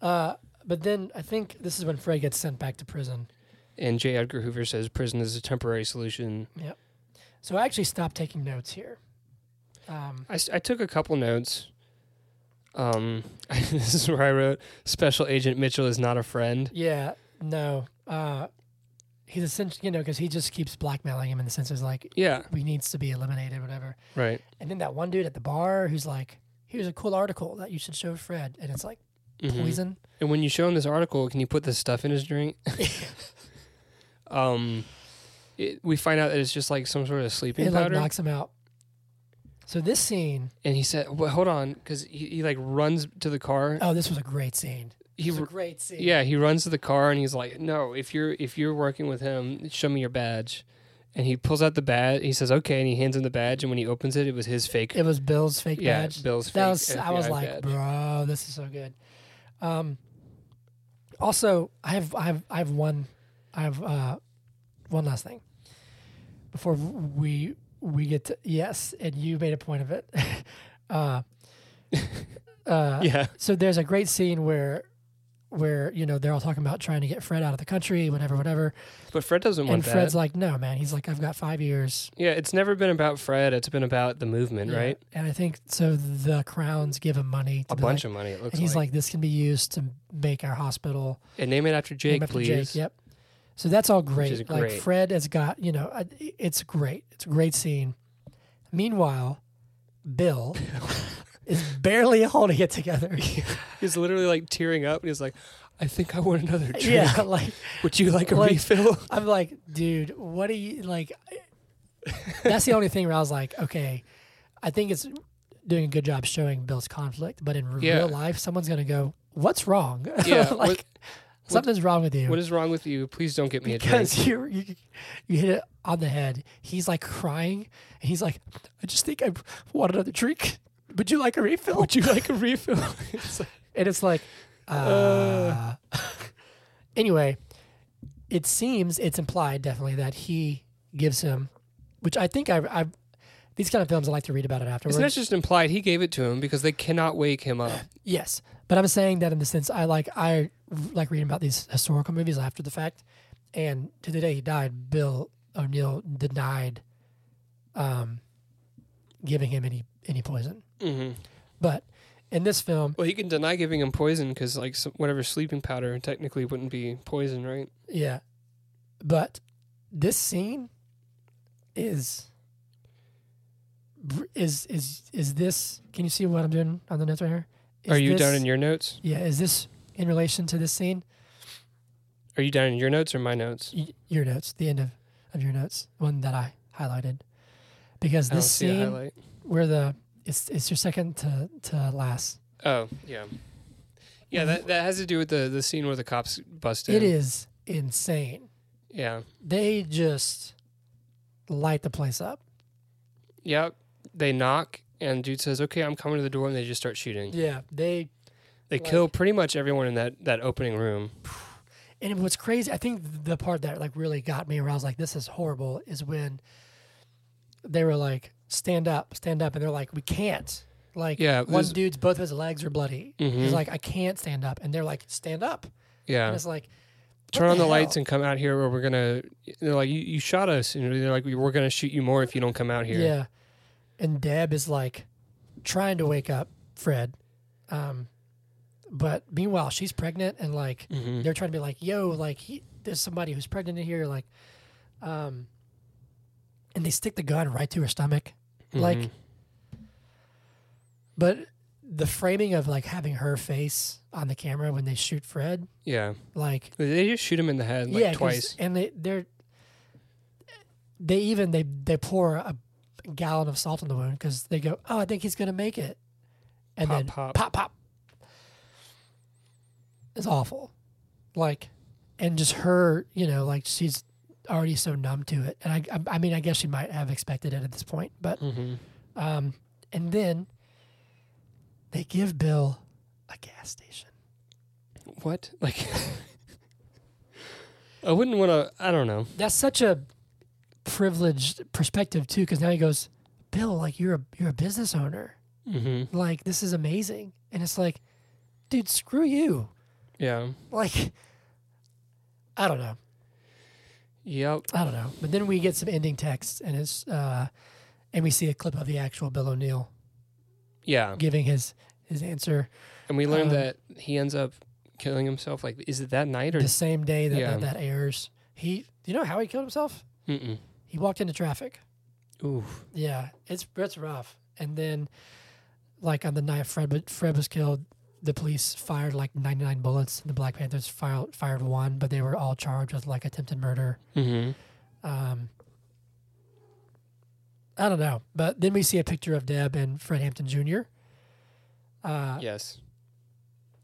Speaker 2: Uh, but then I think this is when Fred gets sent back to prison.
Speaker 1: And J. Edgar Hoover says prison is a temporary solution.
Speaker 2: So I actually stopped taking notes here. Um,
Speaker 1: I, s- I took a couple notes. Um, *laughs* this is where I wrote Special Agent Mitchell is not a friend.
Speaker 2: yeah, no. Uh, he's essentially, you know, because he just keeps blackmailing him in the sense is like,
Speaker 1: Yeah.
Speaker 2: we needs to be eliminated, whatever.
Speaker 1: Right.
Speaker 2: And then that one dude at the bar who's like, here's a cool article that you should show Fred, and it's like
Speaker 1: Mhm.
Speaker 2: poison.
Speaker 1: And when you show him this article, can you put this stuff in his
Speaker 2: *laughs*
Speaker 1: drink? *laughs* um, it, we find out that it's just like some sort of sleeping
Speaker 2: It like
Speaker 1: powder.
Speaker 2: knocks him out. So this scene,
Speaker 1: and he said, well, "Hold on," because he, he like runs to the car.
Speaker 2: oh, this was a great scene.
Speaker 1: he
Speaker 2: It was
Speaker 1: r-
Speaker 2: a great scene.
Speaker 1: yeah, he runs to the car and he's like, "No, if you're if you're working with him, show me your badge." And he pulls out the badge. He says, "Okay," and he hands him the badge. And when he opens it, it was his fake.
Speaker 2: It was Bill's fake
Speaker 1: yeah,
Speaker 2: badge.
Speaker 1: Bill's fake.
Speaker 2: that was I was
Speaker 1: FBI
Speaker 2: like,
Speaker 1: badge.
Speaker 2: bro, this is so good. Um also I have I have I have one I have uh one last thing. Before we we get to yes, and you made a point of it. *laughs*
Speaker 1: *laughs*
Speaker 2: uh uh
Speaker 1: yeah,
Speaker 2: so there's a great scene where where you know they're all talking about trying to get Fred out of the country, whatever, whatever.
Speaker 1: but Fred doesn't want
Speaker 2: And Fred's
Speaker 1: that.
Speaker 2: like, "No, man." He's like, "I've got five years."
Speaker 1: yeah, it's never been about Fred. It's been about the movement,
Speaker 2: Yeah.
Speaker 1: right?
Speaker 2: And I think so. The crowns give him money. To
Speaker 1: A
Speaker 2: be
Speaker 1: bunch
Speaker 2: like,
Speaker 1: of money. It looks
Speaker 2: and he's
Speaker 1: like.
Speaker 2: like, "This can be used to make our hospital
Speaker 1: And name it after Jake,
Speaker 2: name after
Speaker 1: please.
Speaker 2: Jake." Yep. So that's all great.
Speaker 1: is
Speaker 2: Like
Speaker 1: great.
Speaker 2: Fred has got, you know, I- it's great. It's a great scene. Meanwhile,
Speaker 1: *laughs*
Speaker 2: Bill is barely holding it together. *laughs*
Speaker 1: He's literally like tearing up and he's like, I think I want another drink.
Speaker 2: *laughs* yeah, like
Speaker 1: Would you like a
Speaker 2: Like-
Speaker 1: refill?
Speaker 2: I'm like, dude, what do you like? *laughs* That's the only thing where I was like, okay, I think it's doing a good job showing Bill's conflict, but in
Speaker 1: Yeah.
Speaker 2: real life, someone's gonna go, "What's wrong? *laughs*
Speaker 1: Yeah,
Speaker 2: like
Speaker 1: what-
Speaker 2: something's wrong with you."
Speaker 1: What is wrong with you? Please don't get me a drink.
Speaker 2: because you, you you hit it on the head. He's like crying, and he's like, "I just think I want another drink. Would you like a refill?
Speaker 1: Would you like a refill? It's like-
Speaker 2: *laughs* And it's like, uh. anyway, it seems it's implied definitely that he gives him, which I think I, I these kind of films I like to read about it afterwards.
Speaker 1: It's not just implied he gave it to him because they cannot wake him up.
Speaker 2: yes, but I'm saying that in the sense I like I like reading about these historical movies after the fact, and to the day he died, Bill O'Neill denied, um, giving him any any poison.
Speaker 1: hmm
Speaker 2: But in this film,
Speaker 1: Well, he can deny giving him poison because, like, some, whatever sleeping powder technically wouldn't be poison, right?
Speaker 2: Yeah. But this scene is is is is this can you see what I'm doing on the notes right here? Is
Speaker 1: Are you
Speaker 2: this,
Speaker 1: down in your notes?
Speaker 2: Yeah, is this in relation to this scene?
Speaker 1: Are you down in your notes or my notes?
Speaker 2: Y- Your notes, the end of, of your notes, one that I highlighted. Because
Speaker 1: I don't
Speaker 2: this
Speaker 1: see a
Speaker 2: scene
Speaker 1: highlight.
Speaker 2: where the it's it's your second to, to last.
Speaker 1: Oh, yeah. Yeah, that, that has to do with the, the scene where the cops bust in.
Speaker 2: It is insane.
Speaker 1: Yeah.
Speaker 2: They just light the place up.
Speaker 1: Yep. They knock and dude says, "Okay, I'm coming to the door," and they just start shooting.
Speaker 2: Yeah, they
Speaker 1: They
Speaker 2: Like-
Speaker 1: kill pretty much everyone in that that opening room.
Speaker 2: and what's crazy, I think the part that like really got me where I was like, this is horrible, is when they were like, stand up, stand up, and they're like, we can't. Like,
Speaker 1: Yeah,
Speaker 2: one
Speaker 1: there's-
Speaker 2: dude's both of his legs are bloody.
Speaker 1: Mhm.
Speaker 2: He's like, I can't stand up, and they're like, stand up. And
Speaker 1: Yeah,
Speaker 2: it's like, what
Speaker 1: turn on the lights
Speaker 2: hell?
Speaker 1: and come out here, or we're gonna. and They're like, "You, you shot us," and they're like, "We- "We're gonna shoot you more if you don't come out here."
Speaker 2: yeah. And Deb is like trying to wake up Fred, um, but meanwhile she's pregnant and like
Speaker 1: hmm
Speaker 2: they're trying to be like, yo, like he, there's somebody who's pregnant in here, like, um, and they stick the gun right to her stomach,
Speaker 1: Mm-hmm.
Speaker 2: like. But the framing of like having her face on the camera when they shoot Fred,
Speaker 1: yeah,
Speaker 2: like,
Speaker 1: they just shoot him in the head like
Speaker 2: yeah, 'cause-
Speaker 1: twice.
Speaker 2: and they they're they even they they pour a gallon of salt on the wound because they go, oh, I think he's gonna make it, and
Speaker 1: Pop,
Speaker 2: then
Speaker 1: pop.
Speaker 2: pop pop. It's awful, like, and just her, you know, like she's already so numb to it, and I, I, I mean, I guess she might have expected it at this point, but,
Speaker 1: hmm
Speaker 2: um, and then they give Bill a gas station.
Speaker 1: What? *laughs* Like, I wouldn't want to. I don't know.
Speaker 2: that's such a privileged perspective too because now he goes bill like you're a you're a business owner
Speaker 1: Mm-hmm.
Speaker 2: like this is amazing and it's like dude screw you
Speaker 1: Yeah.
Speaker 2: like i don't know
Speaker 1: Yep.
Speaker 2: i don't know but then we get some ending text and it's uh and we see a clip of the actual bill o'neill
Speaker 1: Yeah.
Speaker 2: giving his his answer
Speaker 1: And we learned
Speaker 2: Um,
Speaker 1: that he ends up killing himself. Like, is it that night or?
Speaker 2: the same day that
Speaker 1: Yeah.
Speaker 2: that, that airs he do you know how he killed himself
Speaker 1: Mm-mm.
Speaker 2: he walked into traffic
Speaker 1: Ooh.
Speaker 2: Yeah, it's it's rough. And then, like on the night Fred wa- Fred was killed, the police fired like ninety nine bullets, and the Black Panthers fired fired one, but they were all charged with like attempted murder.
Speaker 1: Mm-hmm.
Speaker 2: Um, I don't know, but then we see a picture of Deb and Fred Hampton Jr. Uh,
Speaker 1: Yes.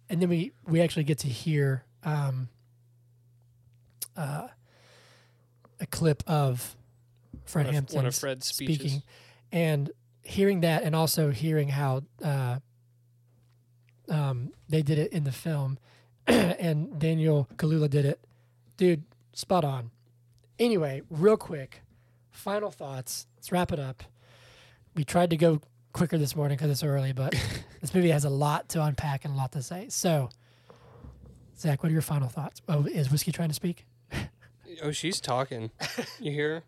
Speaker 2: and then we we actually get to hear um, uh, a clip of Fred
Speaker 1: One of,
Speaker 2: Hampton
Speaker 1: one of Fred's speeches.
Speaker 2: speaking and hearing that and also hearing how uh, um, they did it in the film *clears throat* and daniel kalula did it dude spot on anyway real quick final thoughts let's wrap it up we tried to go quicker this morning because it's
Speaker 1: *laughs*
Speaker 2: early but this movie has a lot to unpack and a lot to say so zach what are your final thoughts oh is whiskey trying to speak
Speaker 1: Oh, she's
Speaker 2: *laughs*
Speaker 1: talking. you hear?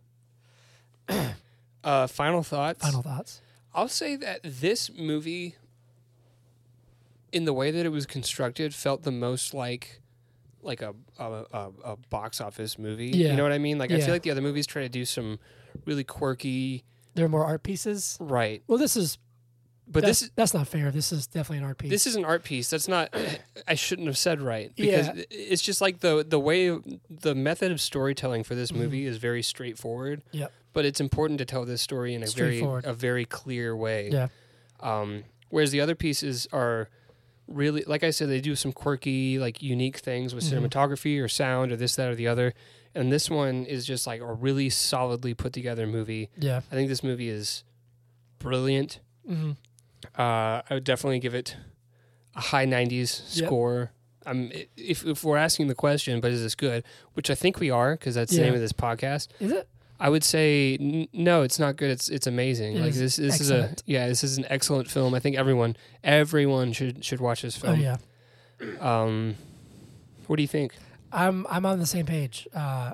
Speaker 1: *coughs* her? uh, final thoughts.
Speaker 2: final thoughts
Speaker 1: I'll say that this movie, in the way that it was constructed, felt the most like like a a, a, a box office movie.
Speaker 2: Yeah.
Speaker 1: You know what I mean? Like I
Speaker 2: Yeah.
Speaker 1: feel like the other movies try to do some really quirky,
Speaker 2: there are more art pieces
Speaker 1: right?
Speaker 2: well this is
Speaker 1: But
Speaker 2: that's,
Speaker 1: this
Speaker 2: that's not fair. This is definitely an art piece.
Speaker 1: this is an art piece. That's not. *clears throat* I shouldn't have said right because
Speaker 2: Yeah.
Speaker 1: i- it's just like the the way the method of storytelling for this movie is very straightforward.
Speaker 2: Mm-hmm. Yep.
Speaker 1: But it's important to tell this story in a very
Speaker 2: Straightforward.
Speaker 1: a very clear way.
Speaker 2: yeah,
Speaker 1: Um, whereas the other pieces are really, like I said, they do some quirky, like unique things with
Speaker 2: Mm-hmm.
Speaker 1: cinematography or sound or this, that, or the other. And this one is just like a really solidly put together movie.
Speaker 2: yeah.
Speaker 1: I think this movie is brilliant.
Speaker 2: Mm-hmm.
Speaker 1: Uh, I would definitely give it a high 90s
Speaker 2: Yep.
Speaker 1: score. I'm, i- if, if we're asking the question, but is this good? Which I think we are, because that's the
Speaker 2: Yeah.
Speaker 1: name of this podcast.
Speaker 2: Is it?
Speaker 1: I would say n- no, it's not good. It's it's amazing.
Speaker 2: It
Speaker 1: like
Speaker 2: is
Speaker 1: this this
Speaker 2: excellent.
Speaker 1: is a yeah, this is an excellent film. I think everyone everyone should should watch this
Speaker 2: Oh
Speaker 1: film.
Speaker 2: yeah.
Speaker 1: Um what do you think?
Speaker 2: I'm I'm on the same page. Uh,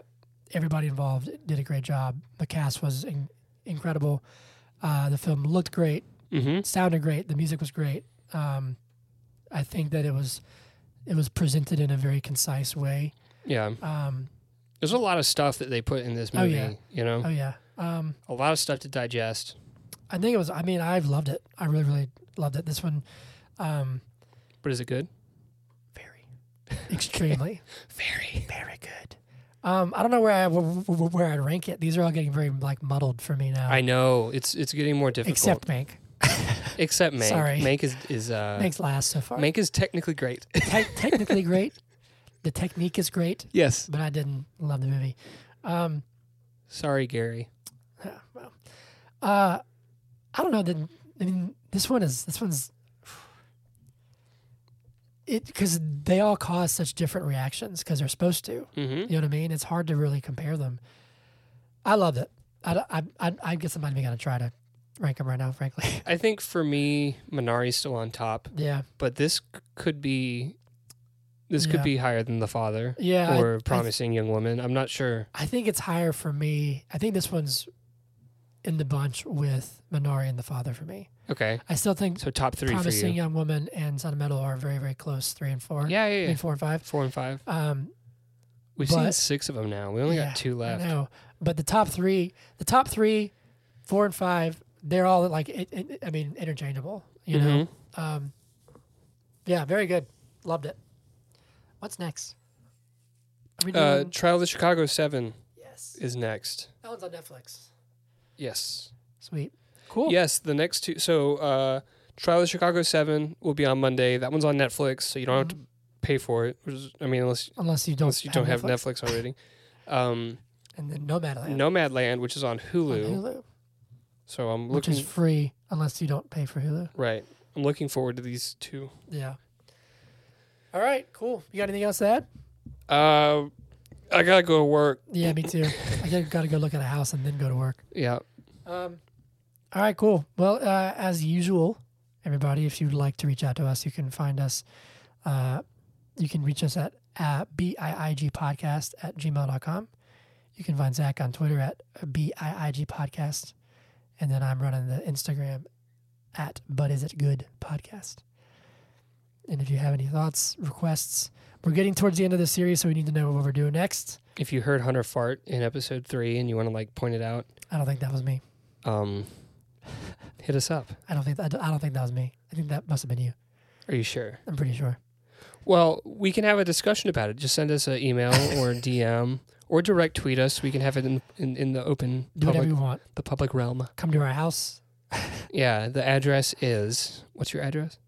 Speaker 2: everybody involved did a great job. The cast was in, incredible. Uh, the film looked great,
Speaker 1: Mhm.
Speaker 2: sounded great. The music was great. Um, I think that it was it was presented in a very concise way.
Speaker 1: Yeah.
Speaker 2: Um,
Speaker 1: There's a lot of stuff that they put in this
Speaker 2: Oh,
Speaker 1: movie,
Speaker 2: yeah.
Speaker 1: you know.
Speaker 2: oh yeah. Um,
Speaker 1: A lot of stuff to digest.
Speaker 2: I think it was. I mean, I've loved it. I really really loved it. This one, um,
Speaker 1: But is it good?
Speaker 2: very, extremely.
Speaker 1: Very.
Speaker 2: *laughs* Very good. Um, I don't know where I wh- wh- where I'd rank it. These are all getting very like muddled for me now.
Speaker 1: I know. It's it's getting more difficult.
Speaker 2: Uh, Except Mank.
Speaker 1: except Mank.
Speaker 2: Sorry.
Speaker 1: Mank is is uh
Speaker 2: Mank's last so far.
Speaker 1: Mank is technically great. *laughs*
Speaker 2: Te- technically great. The technique is great,
Speaker 1: yes.
Speaker 2: but I didn't love the movie. Um,
Speaker 1: Sorry, Gary.
Speaker 2: yeah, well, uh, I don't know. The I mean, this one is this one's it because they all cause such different reactions because they're supposed to.
Speaker 1: Mm-hmm.
Speaker 2: You know what I mean? It's hard to really compare them. I loved it. I, d- I, I, I guess I'm not even gonna try to rank them right now, frankly. *laughs*
Speaker 1: I think for me, Minari's still on top,
Speaker 2: yeah,
Speaker 1: but this c- could be this
Speaker 2: Yeah.
Speaker 1: could be higher than the father
Speaker 2: yeah. I-
Speaker 1: or
Speaker 2: I,
Speaker 1: promising young woman. I'm not sure.
Speaker 2: I think it's higher for me. I think this one's in the bunch with Minari and the father for me.
Speaker 1: Okay,
Speaker 2: I still think
Speaker 1: so top three for
Speaker 2: Promising
Speaker 1: you.
Speaker 2: Young Woman and Son of Metal are very, very close, three and four.
Speaker 1: Yeah, yeah,
Speaker 2: I
Speaker 1: yeah.
Speaker 2: mean, four and five.
Speaker 1: Four and five.
Speaker 2: Um,
Speaker 1: We've seen
Speaker 2: But-
Speaker 1: six of them now. We only
Speaker 2: yeah,
Speaker 1: got two
Speaker 2: I
Speaker 1: left.
Speaker 2: know. But the top three, the top three, four and five, they're all like, it, it, I mean, interchangeable, you know?
Speaker 1: Mhm.
Speaker 2: Um, yeah, very good. Loved it. What's next? Are we
Speaker 1: Uh,
Speaker 2: doing-
Speaker 1: Trial of the Chicago Seven
Speaker 2: yes.
Speaker 1: is next.
Speaker 2: That one's on Netflix.
Speaker 1: Yes.
Speaker 2: Sweet. Cool.
Speaker 1: Yes, the next two. So, uh, Trial of Chicago Seven will be on Monday. That one's on Netflix, so you don't have to pay for it. Which is, I mean, unless
Speaker 2: Unless you Mm-hmm. don't,
Speaker 1: unless you don't have Netflix,
Speaker 2: *laughs*
Speaker 1: already. Um,
Speaker 2: And then Nomadland.
Speaker 1: Nomadland, which is on
Speaker 2: on
Speaker 1: Hulu.
Speaker 2: Hulu,
Speaker 1: So I'm
Speaker 2: which
Speaker 1: looking
Speaker 2: is free unless you don't pay for Hulu.
Speaker 1: right. I'm looking forward to these two.
Speaker 2: Yeah. All right, cool. You got anything else to add?
Speaker 1: Uh, I gotta go to work.
Speaker 2: Yeah, me *laughs* too. I got- gotta go look at a house and then go to work.
Speaker 1: Yeah.
Speaker 2: Um, all right, cool. Well, uh, as usual, everybody, if you'd like to reach out to us, you can find us. Uh, you can reach us at uh, biigpodcast at gmail.com. You can find Zach on Twitter at biigpodcast. And then I'm running the Instagram at but is it good podcast. And if you have any thoughts, requests, we're getting towards the end of the series, so we need to know what we're doing next.
Speaker 1: If you heard Hunter fart in episode three and you want to like point it out,
Speaker 2: I don't think that was me.
Speaker 1: um, hit us up.
Speaker 2: I don't think that, I don't think that was me. I think that must have been you.
Speaker 1: Are you sure?
Speaker 2: I'm pretty sure.
Speaker 1: Well, we can have a discussion about it. Just send us an
Speaker 2: *laughs*
Speaker 1: email or DM or direct tweet us. We can have it in in, in the open
Speaker 2: Do whatever
Speaker 1: public
Speaker 2: you want.
Speaker 1: the public realm.
Speaker 2: Come to our house.
Speaker 1: Yeah, the address is what's your address?